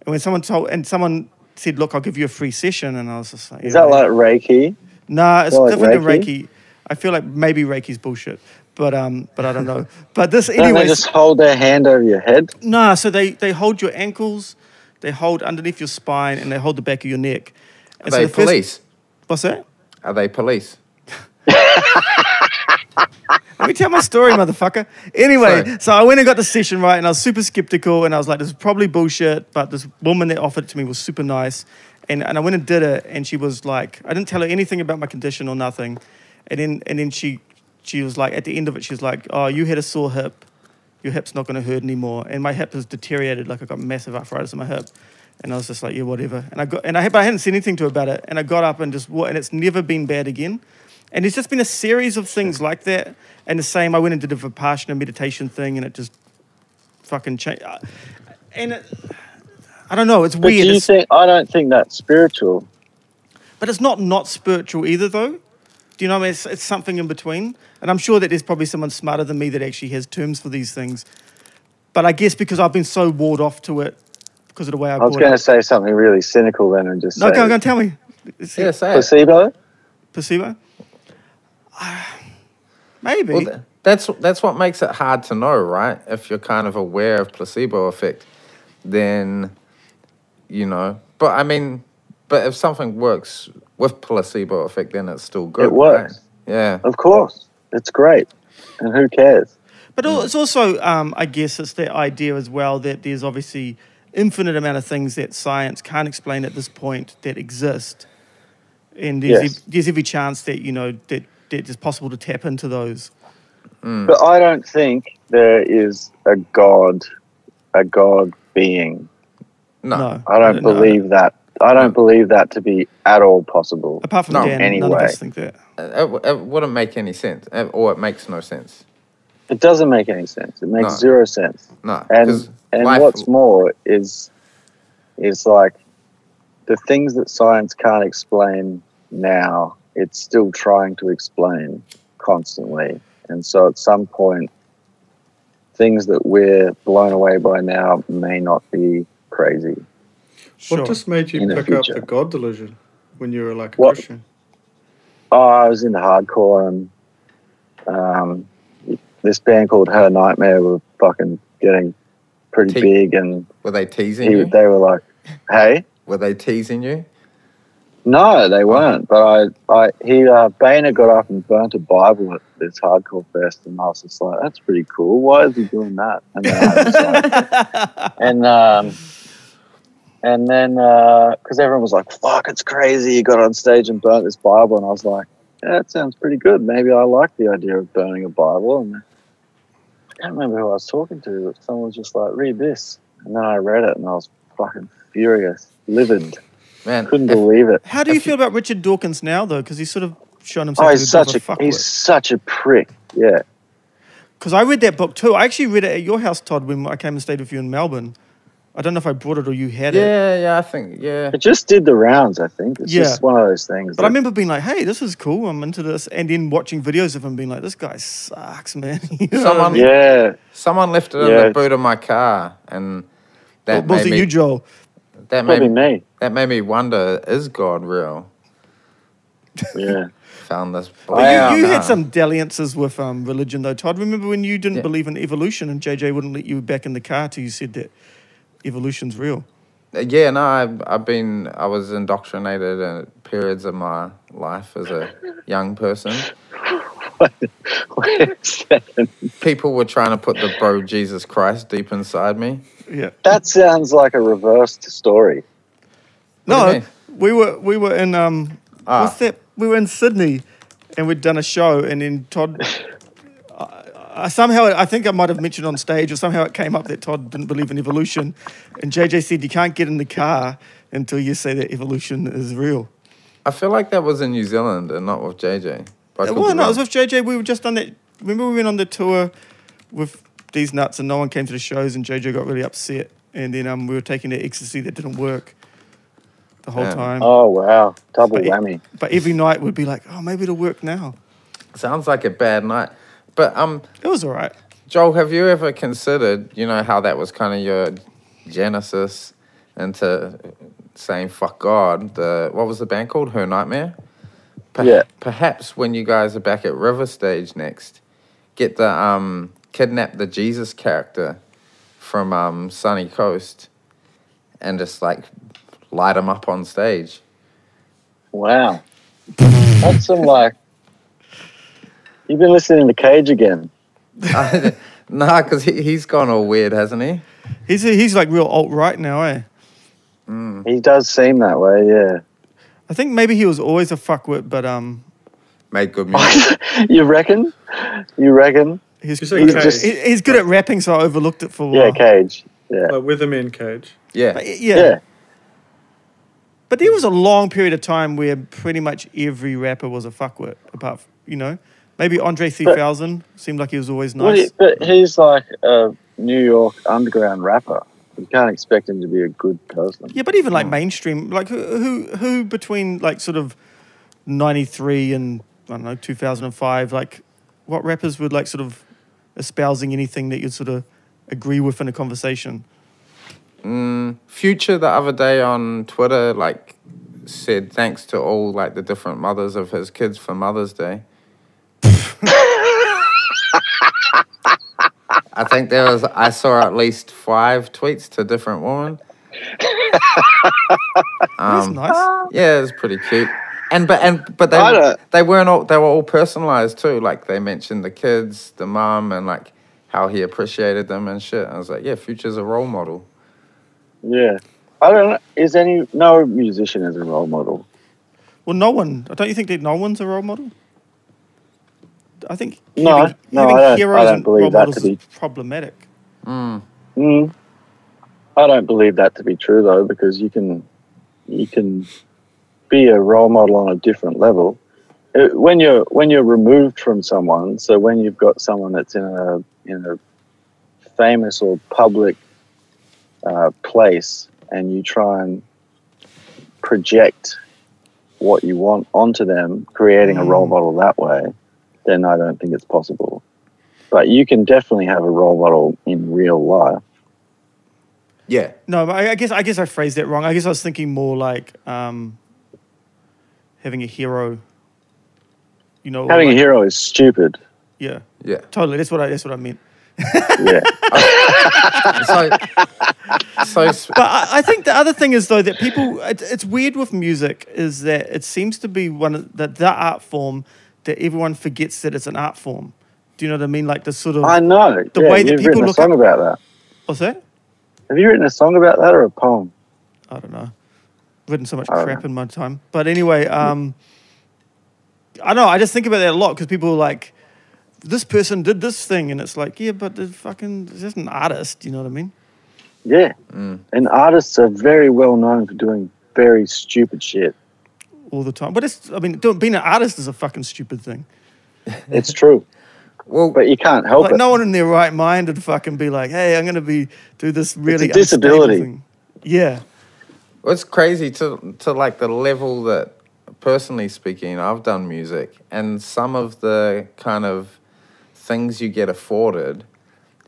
Speaker 2: And when someone told and someone said, "Look, I'll give you a free session," and I was just like,
Speaker 3: Is
Speaker 2: "Yeah,
Speaker 3: that
Speaker 2: man."
Speaker 3: like Reiki?
Speaker 2: Nah, it's
Speaker 3: Well, like
Speaker 2: different
Speaker 3: Reiki?
Speaker 2: than Reiki. I feel like maybe Reiki's bullshit, but um, but I don't know. But this,
Speaker 3: Don't they
Speaker 2: anyways,
Speaker 3: just hold their hand over your head?
Speaker 2: nah. So they they hold your ankles, they hold underneath your spine, and they hold the back of your neck.
Speaker 1: Are
Speaker 2: And so
Speaker 1: they
Speaker 2: the first-
Speaker 1: police?
Speaker 2: what's that?
Speaker 1: Are they police?
Speaker 2: Let me tell my story, motherfucker. Anyway,
Speaker 1: Sorry.
Speaker 2: so I went and got the session right, and I was super skeptical, and I was like, "This is probably bullshit." But this woman that offered it to me was super nice, and and I went and did it, and she was like, I didn't tell her anything about my condition or nothing, and then and then she she was like, at the end of it, she was like, "Oh, you had a sore hip, your hip's not going to hurt anymore," and my hip has deteriorated, like I got massive arthritis in my hip. And I was just like, yeah, whatever. And I got, and I, but I hadn't said anything to her about it. And I got up and just, wa- and it's never been bad again. And it's just been a series of things like that. And the same, I went and did a Vipassana meditation thing, and it just fucking changed. And it, I don't know, it's
Speaker 3: But
Speaker 2: weird.
Speaker 3: do you
Speaker 2: It's-
Speaker 3: think I don't think that's spiritual?
Speaker 2: but it's not not spiritual either, though. Do you know what I mean? It's, it's something in between. And I'm sure that there's probably someone smarter than me that actually has terms for these things. But I guess because I've been so walled off to it because of the way I,
Speaker 3: I was
Speaker 2: brought
Speaker 3: going to
Speaker 2: it.
Speaker 3: say something really cynical then and just
Speaker 2: No,
Speaker 3: say
Speaker 2: go, go, tell me. It's-
Speaker 1: Yeah, say it.
Speaker 3: placebo.
Speaker 2: placebo? Ah, Maybe.
Speaker 1: Well, th- that's that's what makes it hard to know, right? If you're kind of aware of placebo effect, then you know. But I mean, but if something works with placebo effect, then it's still good. right?
Speaker 3: works.
Speaker 1: Yeah.
Speaker 3: Of course, it's great, and who cares?
Speaker 2: But
Speaker 3: Mm.
Speaker 2: al- it's also, um, I guess, it's that idea as well that there's obviously infinite amount of things that science can't explain at this point that exist, and there's,
Speaker 3: Yes.
Speaker 2: ev- there's every chance that you know that that it's possible to tap into those. Hmm.
Speaker 3: But I don't think there is a god, a god being.
Speaker 1: No.
Speaker 3: I don't
Speaker 2: know.
Speaker 3: believe that. I don't believe that to be at all possible.
Speaker 2: Apart from
Speaker 1: No,
Speaker 2: Dan, none of
Speaker 3: anyway.
Speaker 2: us think that.
Speaker 1: It, it wouldn't make any sense, uh, or it makes no sense.
Speaker 3: It doesn't make any sense. It makes
Speaker 1: No.
Speaker 3: zero sense.
Speaker 1: No.
Speaker 3: And
Speaker 1: 'cause
Speaker 3: and
Speaker 1: life-
Speaker 3: what's more is is like the things that science can't explain now, it's still trying to explain constantly. And so at some point things that we're blown away by now may not be crazy.
Speaker 2: Sure.
Speaker 4: What just made you
Speaker 3: In the
Speaker 4: pick up
Speaker 3: future.
Speaker 4: the God delusion when you were like a
Speaker 3: What-
Speaker 4: Christian?
Speaker 3: Oh, I was into hardcore and um, this band called Her Nightmare were fucking getting pretty
Speaker 1: Te-
Speaker 3: big and
Speaker 1: were they teasing
Speaker 3: he,
Speaker 1: you?
Speaker 3: they were like, Hey,
Speaker 1: Were they teasing you?
Speaker 3: No, they weren't. But I, I he uh, Boehner got up and burnt a Bible at this hardcore fest, and I was just like, "That's pretty cool. Why is he doing that?" And then, I was like, and, um, and then because everyone was like, "Fuck, it's crazy!" He got on stage and burnt this Bible, and I was like, "Yeah, that sounds pretty good. Maybe I like the idea of burning a Bible." And I can't remember who I was talking to, but someone was just like, "Read this," and then I read it, and I was fucking furious, livid,
Speaker 1: Man,
Speaker 3: couldn't
Speaker 1: if-
Speaker 3: believe it.
Speaker 2: How do you
Speaker 1: If you-
Speaker 2: feel about Richard Dawkins now, though? Because he's sort of shown himself.
Speaker 3: Oh,
Speaker 2: to be
Speaker 3: he's such a,
Speaker 2: bit of a
Speaker 3: he's such a prick. Yeah,
Speaker 2: Because I read that book too. I actually read it at your house, Todd, when I came and stayed with you in Melbourne. I don't know if I brought it or you had it.
Speaker 1: yeah, yeah, I think, yeah.
Speaker 3: it just did the rounds. I think it's
Speaker 2: Yeah.
Speaker 3: just one of those things.
Speaker 2: But
Speaker 3: that-
Speaker 2: I remember being like, "Hey, this is cool. I'm into this," and then watching videos of him being like, "This guy sucks, man." You know what I
Speaker 1: Someone-
Speaker 2: mean?
Speaker 3: yeah,
Speaker 1: Someone left it in
Speaker 3: Yeah.
Speaker 1: the boot of my car, and that
Speaker 2: was
Speaker 1: made
Speaker 2: it
Speaker 1: me.
Speaker 2: you, Joel?
Speaker 1: that made
Speaker 3: probably
Speaker 1: me,
Speaker 3: me.
Speaker 1: that made me wonder: Is God real?
Speaker 3: Yeah,
Speaker 1: Found this.
Speaker 3: I,
Speaker 2: Oh, you you
Speaker 1: car.
Speaker 2: had some dalliances with um, religion, though, Todd. Remember when you didn't
Speaker 1: Yeah.
Speaker 2: believe in evolution, and JJ wouldn't let you back in the car till you said that evolution's real.
Speaker 1: Uh, Yeah, no, I've, I've been, I was indoctrinated in periods of my life as a young person.
Speaker 3: Wait a second.
Speaker 1: People were trying to put the bro Jesus Christ deep inside me.
Speaker 2: Yeah.
Speaker 3: that sounds like a reversed story.
Speaker 1: What do
Speaker 2: No,
Speaker 1: you mean?
Speaker 2: we were we were in um,
Speaker 1: Ah.
Speaker 2: what's that? We were in Sydney, and we'd done a show, and then Todd. I, I somehow I think I might have mentioned on stage, or somehow it came up that Todd didn't believe in evolution, and JJ said you can't get in the car until you say that evolution is real.
Speaker 1: I feel like that was in New Zealand and not with JJ. but I could be
Speaker 2: Well, no, it was
Speaker 1: wrong.
Speaker 2: with JJ. We were just on that. Remember we went on the tour with these nuts, and no one came to the shows, and JJ got really upset, and then um, we were taking the ecstasy that didn't work the whole
Speaker 1: Yeah.
Speaker 2: time.
Speaker 3: Oh wow, double
Speaker 2: Mm. But it-
Speaker 3: whammy.
Speaker 2: But every night we'd be like, oh, maybe it'll work now.
Speaker 1: Sounds like a bad night. But um,
Speaker 2: It was all right.
Speaker 1: Joel, have you ever considered, you know, how that was kind of your genesis into saying "fuck God"? The what was the band called? Her Nightmare. Perha-
Speaker 3: Yeah.
Speaker 1: Perhaps when you guys are back at River Stage next, get the um, kidnap the Jesus character from um, Sunny Coast, and just like light him up on stage.
Speaker 3: Wow. That's some like. You've been listening to Cage again.
Speaker 1: nah, because he, he's gone all weird, hasn't he?
Speaker 2: He's he's like real alt right now, eh?
Speaker 3: He does seem that way, yeah.
Speaker 2: I think maybe he was always a fuckwit, but um,
Speaker 1: Made good music.
Speaker 3: you reckon? You reckon?
Speaker 2: he's
Speaker 4: You
Speaker 2: he's,
Speaker 4: say
Speaker 3: Cage.
Speaker 2: he- he's good at rapping, so I overlooked it for a while.
Speaker 3: Yeah, Cage. Yeah.
Speaker 4: Like Weatherman Cage.
Speaker 1: Yeah,
Speaker 2: But, yeah.
Speaker 3: Yeah.
Speaker 2: But there was a long period of time where pretty much every rapper was a fuckwit, apart from, you know, maybe Andre 3000 seemed like he was always
Speaker 3: Well, he-
Speaker 2: nice.
Speaker 3: but he's like a New York underground rapper. You can't expect him to be a good person.
Speaker 2: Yeah, but even like
Speaker 3: Hmm.
Speaker 2: mainstream, like who who who between like sort of ninety three and I don't know two thousand and five, like what rappers would like sort of espousing anything that you'd sort of agree with in a conversation?
Speaker 1: Future the other day on Twitter like said thanks to all like the different mothers of his kids for Mother's Day. I think there was I saw at least five tweets to different women.
Speaker 2: That's
Speaker 1: Um,
Speaker 3: uh,
Speaker 2: nice.
Speaker 1: yeah, it was pretty cute. And but and but
Speaker 3: I
Speaker 1: they
Speaker 3: don't-
Speaker 1: they weren't all they were all personalized too. Like they mentioned the kids, the mom, and like how he appreciated them and shit. I was like, yeah, Future's a role model.
Speaker 3: Yeah. I don't know. Is any no musician is a role model?
Speaker 2: Well, no one. Don't you think that no one's a role model? I think
Speaker 3: No,
Speaker 2: having,
Speaker 3: no,
Speaker 2: having
Speaker 3: I don't- I
Speaker 2: heroes
Speaker 3: don't
Speaker 2: and
Speaker 3: believe
Speaker 2: role
Speaker 3: that
Speaker 2: models
Speaker 3: to be-
Speaker 2: is problematic.
Speaker 3: Mm. I don't believe that to be true though, because you can you can be a role model on a different level Uh, when you're when you're removed from someone. So when you've got someone that's in a in a famous or public uh, place, and you try and project what you want onto them, creating a role
Speaker 2: Mm.
Speaker 3: model that way, then I don't think it's possible. But you can definitely have a role model in real life.
Speaker 1: Yeah.
Speaker 2: No, but I, I guess I guess I phrased that wrong. I guess I was thinking more like um, having a hero. You know, or
Speaker 3: Having a
Speaker 2: like-
Speaker 3: hero is stupid.
Speaker 2: Yeah,
Speaker 1: Yeah.
Speaker 2: totally. That's what I that's what I meant.
Speaker 3: Yeah.
Speaker 1: so, so s-
Speaker 2: But I, I think the other thing is though that people it, it's weird with music is that it seems to be one of that that art form that everyone forgets that it's an art form. Do you know what I mean? Like the sort of
Speaker 3: I know.
Speaker 2: The
Speaker 3: yeah,
Speaker 2: way that
Speaker 3: you've
Speaker 2: people
Speaker 3: written a
Speaker 2: look
Speaker 3: song
Speaker 2: up-
Speaker 3: about that.
Speaker 2: what's that?
Speaker 3: Have you written a song about that or a poem?
Speaker 2: I don't know. Written so much
Speaker 3: I don't
Speaker 2: crap in my time. But anyway, um, I know. I just think about that a lot because people are like, this person did this thing. And it's like, yeah, but the fucking, this is an artist. You know what I mean?
Speaker 3: Yeah.
Speaker 1: Mm.
Speaker 3: And artists are very well known for doing very stupid shit.
Speaker 2: All the time. But it's, I mean, doing, being an artist is a fucking stupid thing.
Speaker 3: It's true.
Speaker 1: well,
Speaker 3: But you can't help
Speaker 2: like,
Speaker 3: it.
Speaker 2: no one in their right mind would fucking be like, hey, I'm going to be, do this really unstable
Speaker 3: disability.
Speaker 2: thing." Yeah.
Speaker 1: it's crazy to to like the level that, personally speaking, I've done music, and some of the kind of things you get afforded,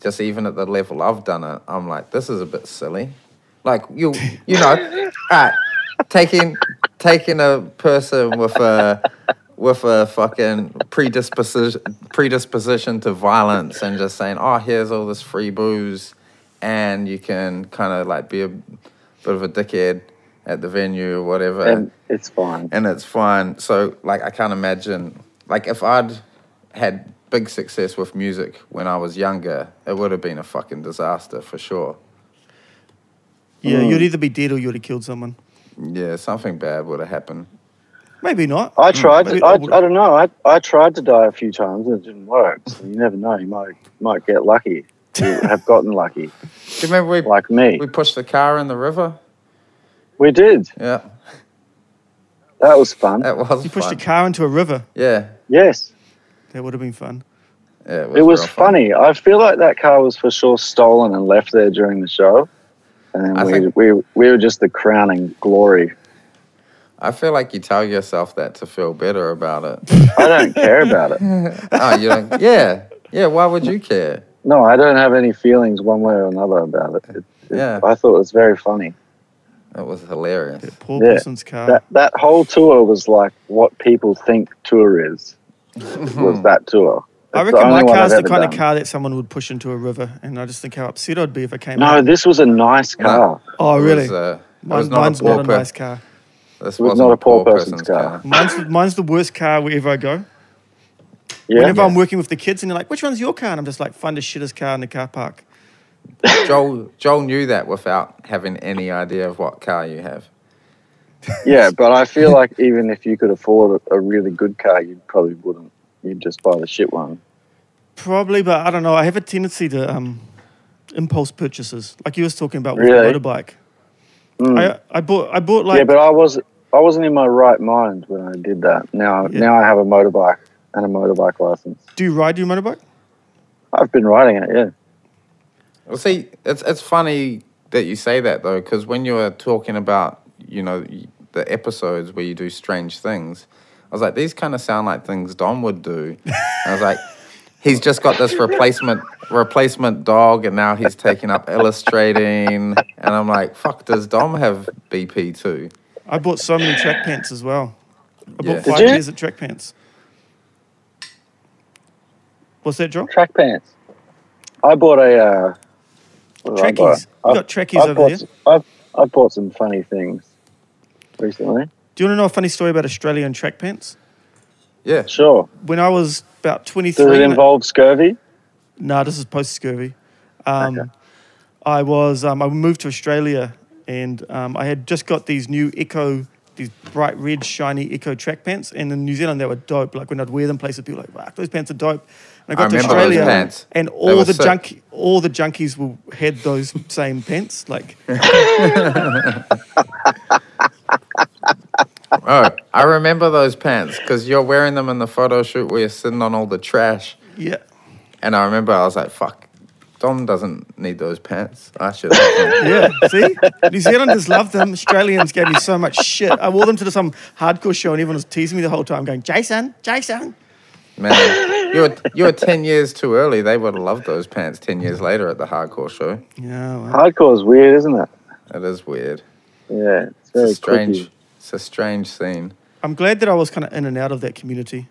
Speaker 1: just even at the level I've done it, I'm like, this is a bit silly. Like you, you know, alright, taking taking a person with a with a fucking predisposition predisposition to violence and just saying, oh, here's all this free booze, and you can kind of like be a bit of a dickhead at the venue or whatever
Speaker 3: And it's
Speaker 2: Mm,
Speaker 3: fine.
Speaker 1: and it's fine. So like I can't imagine like if I'd had big success with music when I was younger, it would have been a fucking disaster for sure.
Speaker 2: Yeah.
Speaker 3: Mm.
Speaker 2: You'd either be dead or you'd have killed someone.
Speaker 1: Yeah, something bad would have happened.
Speaker 2: Maybe not.
Speaker 3: I tried.
Speaker 2: Maybe
Speaker 3: To, I,
Speaker 2: I would-
Speaker 3: I don't know. I, I tried to die a few times and it didn't work. So you never know. You might might get lucky. You have gotten lucky,
Speaker 1: Do you remember we
Speaker 3: like me.
Speaker 1: we pushed the car in the river?
Speaker 3: We did.
Speaker 1: Yeah,
Speaker 3: That was fun.
Speaker 1: that was
Speaker 2: You pushed
Speaker 1: fun.
Speaker 2: a car into a river.
Speaker 1: Yeah,
Speaker 3: Yes.
Speaker 2: That would have been fun.
Speaker 1: yeah,
Speaker 3: It was
Speaker 1: real fun.
Speaker 3: funny. I feel like that car was for sure stolen and left there during the show. And
Speaker 1: I
Speaker 3: then we,
Speaker 1: think-
Speaker 3: we, we were just the crowning glory.
Speaker 1: I feel like you tell yourself that to feel better about it.
Speaker 3: I don't care about it.
Speaker 1: oh, you don't, yeah, yeah. Why would you care?
Speaker 3: No, I don't have any feelings one way or another about it. It- it-
Speaker 1: Yeah.
Speaker 3: I thought it was very funny.
Speaker 1: It was hilarious.
Speaker 2: That poor
Speaker 3: Yeah.
Speaker 2: person's car.
Speaker 3: That that whole tour was like what people think tour is. was that tour?
Speaker 2: Hmm. I
Speaker 3: It's
Speaker 2: reckon my
Speaker 3: only one
Speaker 2: car's
Speaker 3: I've
Speaker 2: the
Speaker 3: ever
Speaker 2: kind of
Speaker 3: done.
Speaker 2: car that someone would push into a river, and I just think how upset I'd be if I came.
Speaker 3: No,
Speaker 2: out.
Speaker 3: this was a nice
Speaker 1: No.
Speaker 3: car.
Speaker 2: oh
Speaker 1: It
Speaker 2: really?
Speaker 1: Was, uh, it
Speaker 2: Mine,
Speaker 1: was not
Speaker 2: mine's
Speaker 1: a
Speaker 2: not
Speaker 1: poor
Speaker 2: a
Speaker 1: per-
Speaker 2: nice car.
Speaker 1: This
Speaker 3: It was
Speaker 1: wasn't
Speaker 3: not a poor person's car.
Speaker 2: Mine's mine's the worst car wherever I go.
Speaker 3: Yeah.
Speaker 2: Whenever I'm working with the kids, and they're like, "Which one's your car?" and I'm just like, "Find a shitter's car in the car park."
Speaker 1: Joel Joel knew that without having any idea of what car you have.
Speaker 3: Yeah, but I feel like even if you could afford a a really good car, you probably wouldn't. You'd just buy the shit one.
Speaker 2: Probably, but I don't know. I have a tendency to um, impulse purchases, like you was talking about with
Speaker 3: Really?
Speaker 2: the motorbike.
Speaker 3: Mm.
Speaker 2: I, I bought I bought like
Speaker 3: yeah, but I was I wasn't in my right mind when I did that. Now
Speaker 2: Yeah.
Speaker 3: now I have a motorbike and a motorbike license.
Speaker 2: do you ride your motorbike?
Speaker 3: I've been riding it, yeah.
Speaker 1: Well, see, it's it's funny that you say that though, because when you were talking about you know y- the episodes where you do strange things, I was like, these kind of sound like things Don would do. I was like, he's just got this replacement replacement dog, and now he's taking up illustrating, and I'm like, fuck, does Dom have BP too?
Speaker 2: I bought so many track pants as well. I
Speaker 1: Yeah.
Speaker 2: bought
Speaker 1: Did
Speaker 2: five
Speaker 3: you?
Speaker 2: pairs of track pants. What's that, John?
Speaker 3: Track pants. I bought a uh, what did I buy?
Speaker 2: Trackies. You
Speaker 3: I've-
Speaker 2: got trackies
Speaker 3: I've
Speaker 2: over
Speaker 3: bought
Speaker 2: there.
Speaker 3: some- I've, I've bought some funny things recently.
Speaker 2: Do you want to know a funny story about Australian track pants?
Speaker 1: Yeah,
Speaker 3: Sure.
Speaker 2: When I was about 23,
Speaker 3: Does it
Speaker 2: and-
Speaker 3: involve scurvy?
Speaker 2: No, this is post scurvy. Um, I was um, I moved to Australia and um, I had just got these new Echo, these bright red shiny Echo track pants, and in New Zealand they were dope. Like when I'd wear them, places people were like, "Wow, those pants are dope." And I got
Speaker 1: I
Speaker 2: to
Speaker 1: remember
Speaker 2: Australia,
Speaker 1: those pants.
Speaker 2: and
Speaker 1: They
Speaker 2: all
Speaker 1: were
Speaker 2: the
Speaker 1: sick.
Speaker 2: junk, all the junkies will, had those same pants. Like
Speaker 1: Oh, I remember those pants because you're wearing them in the photo shoot where you're sitting on all the trash.
Speaker 2: yeah,
Speaker 1: And I remember I was like, fuck, Dom doesn't need those pants. I should have them.
Speaker 2: yeah. See, New Zealanders love them. Australians gave me so much shit. I wore them to some hardcore show, and everyone was teasing me the whole time, going, "Jason, Jason."
Speaker 1: Man, you were, you were 10 years too early. They would have loved those pants 10 years later at the hardcore show.
Speaker 2: Yeah. Well.
Speaker 3: Hardcore's weird, isn't it?
Speaker 1: That is weird.
Speaker 3: Yeah, it's
Speaker 1: It's
Speaker 3: very
Speaker 1: a strange.
Speaker 3: clicky.
Speaker 1: It's a strange scene.
Speaker 2: I'm glad that I was kind of in and out of that community.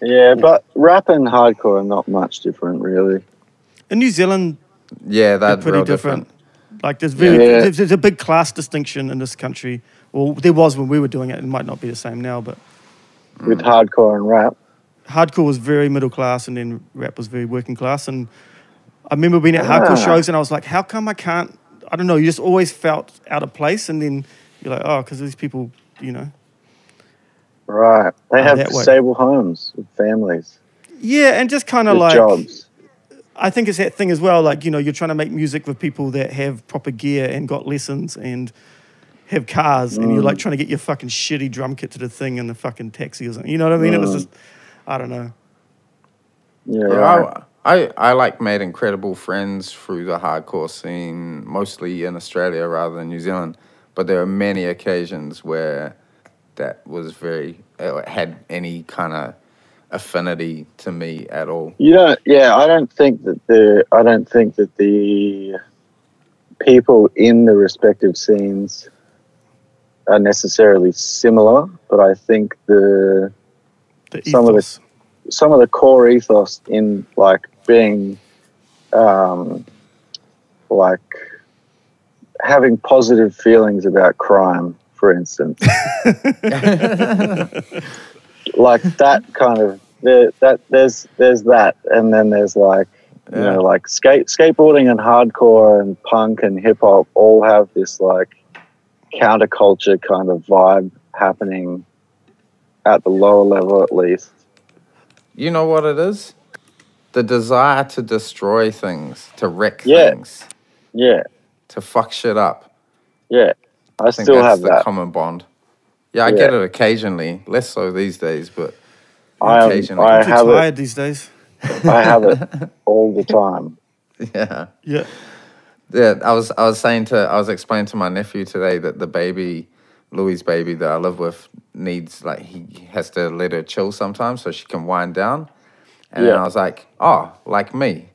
Speaker 3: Yeah, but rap and hardcore are not much different, really.
Speaker 2: In New Zealand,
Speaker 1: Yeah,
Speaker 2: they're
Speaker 1: that's
Speaker 2: pretty
Speaker 1: real
Speaker 2: different.
Speaker 1: different.
Speaker 2: Like there's, very,
Speaker 3: Yeah.
Speaker 2: there's there's a big class distinction in this country. Well, there was when we were doing it. It might not be the same now, but
Speaker 3: With
Speaker 2: Mm.
Speaker 3: hardcore and rap,
Speaker 2: hardcore was very middle class, and then rap was very working class. And I remember being at hardcore
Speaker 3: Ah.
Speaker 2: shows, and I was like, "How come I can't?" I don't know. You just always felt out of place, and then you're like, "Oh, because these people, you know."
Speaker 3: right? They
Speaker 2: Oh,
Speaker 3: have
Speaker 2: that way.
Speaker 3: stable homes with families,
Speaker 2: Yeah, and just kind of
Speaker 3: with
Speaker 2: like
Speaker 3: jobs.
Speaker 2: I think it's that thing as well. Like you know, you're trying to make music with people that have proper gear and got lessons and have cars, and you're
Speaker 3: Mm.
Speaker 2: like trying to get your fucking shitty drum kit to the thing in the fucking taxi or something. You know what I mean? It was
Speaker 3: Mm.
Speaker 2: just, I don't know.
Speaker 3: Yeah,
Speaker 1: Yeah,
Speaker 3: right.
Speaker 1: I, I, I like made incredible friends through the hardcore scene, mostly in Australia rather than New Zealand. But there are many occasions where that was very uh, had any kind of affinity to me at all.
Speaker 3: You don't. Yeah, I don't think that the. I don't think that the people in the respective scenes are necessarily similar, but I think the
Speaker 2: The
Speaker 3: Some of
Speaker 2: ethos.
Speaker 3: some of the core ethos in like being um, like having positive feelings about crime for instance like that kind of there, that there's there's that and then there's like you
Speaker 1: Yeah.
Speaker 3: know like skate skateboarding and hardcore and punk and hip hop all have this like counterculture kind of vibe happening at the lower level at least
Speaker 1: You know what it is? The desire to destroy things, to wreck
Speaker 3: Yeah.
Speaker 1: things,
Speaker 3: yeah
Speaker 1: to fuck shit up.
Speaker 3: Yeah, I,
Speaker 1: I think
Speaker 3: still
Speaker 1: that's
Speaker 3: have
Speaker 1: the
Speaker 3: that.
Speaker 1: common bond. Yeah, I
Speaker 3: Yeah.
Speaker 1: get it occasionally, less so these days, but
Speaker 3: I, am-
Speaker 1: occasionally.
Speaker 3: I
Speaker 2: I'm too
Speaker 3: have it.
Speaker 2: tired these days.
Speaker 3: I have it all the time.
Speaker 1: yeah.
Speaker 2: Yeah,
Speaker 1: Yeah, I was I was saying to I was explaining to my nephew today that the baby Louis' baby that I live with needs like he has to let her chill sometimes so she can wind down. And then
Speaker 3: Yeah.
Speaker 1: I was like, oh, like me,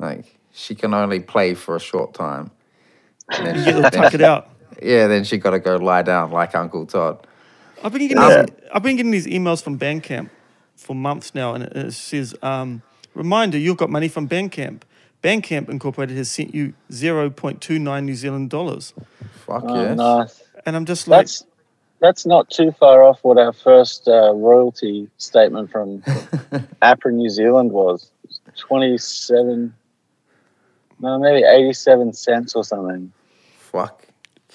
Speaker 1: like she can only play for a short time. And then she,
Speaker 2: Get
Speaker 1: then
Speaker 2: tuck it out.
Speaker 1: yeah, then she got to go lie down like Uncle Todd.
Speaker 2: I've been getting
Speaker 3: Yeah.
Speaker 2: these, I've been getting these emails from Bandcamp for months now, and it- it says, um, "Reminder: You've got money from Bandcamp. Bandcamp Incorporated has sent you zero point two nine New Zealand dollars."
Speaker 1: Fuck
Speaker 3: Oh,
Speaker 1: yes.
Speaker 3: nice.
Speaker 2: And I'm just like,
Speaker 3: That's that's not too far off what our first uh, royalty statement from APRA New Zealand was. It was Twenty-seven, no, maybe eighty-seven cents or something.
Speaker 1: Fuck.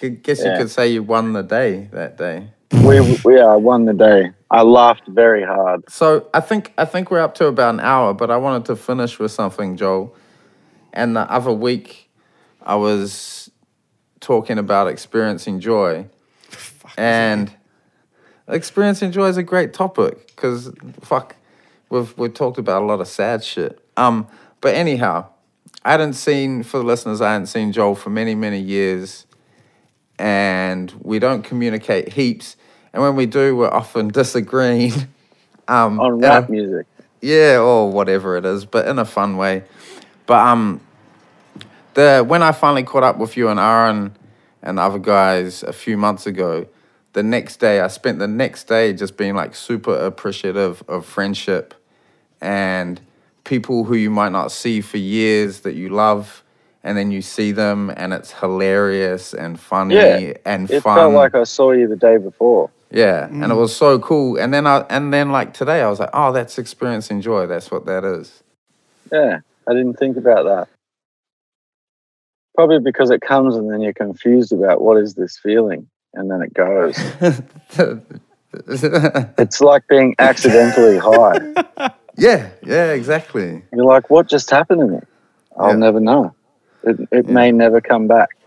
Speaker 1: I guess
Speaker 3: Yeah.
Speaker 1: you could say you won the day that day.
Speaker 3: We we uh, won the day. I laughed very hard.
Speaker 1: So I think I think we're up to about an hour, but I wanted to finish with something, Joel. And the other week, I was talking about experiencing joy, and experiencing joy is a great topic because fuck, we've we've talked about a lot of sad shit. Um, but anyhow, I hadn't seen for the listeners, I hadn't seen Joel for many many years, and we don't communicate heaps. And when we do, we're often disagreeing. Um,
Speaker 3: on
Speaker 1: and I-
Speaker 3: rap music.
Speaker 1: yeah, or whatever it is, but in a fun way. But um, the when I finally caught up with you and Aaron and the other guys a few months ago, the next day I spent the next day just being like super appreciative of friendship and people who you might not see for years that you love, and then you see them and it's hilarious and funny
Speaker 3: Yeah,
Speaker 1: and
Speaker 3: It
Speaker 1: fun.
Speaker 3: felt like I saw you the day before.
Speaker 1: Yeah, and it was so cool. And then I and then like today I was like, oh, that's experiencing joy. That's what that is.
Speaker 3: Yeah, I didn't think about that. Probably because it comes and then you're confused about what is this feeling, and then it goes. It's like being accidentally high.
Speaker 1: yeah, yeah, exactly.
Speaker 3: You're like, what just happened to me? I'll
Speaker 1: Yeah.
Speaker 3: never know. It, it may never come back.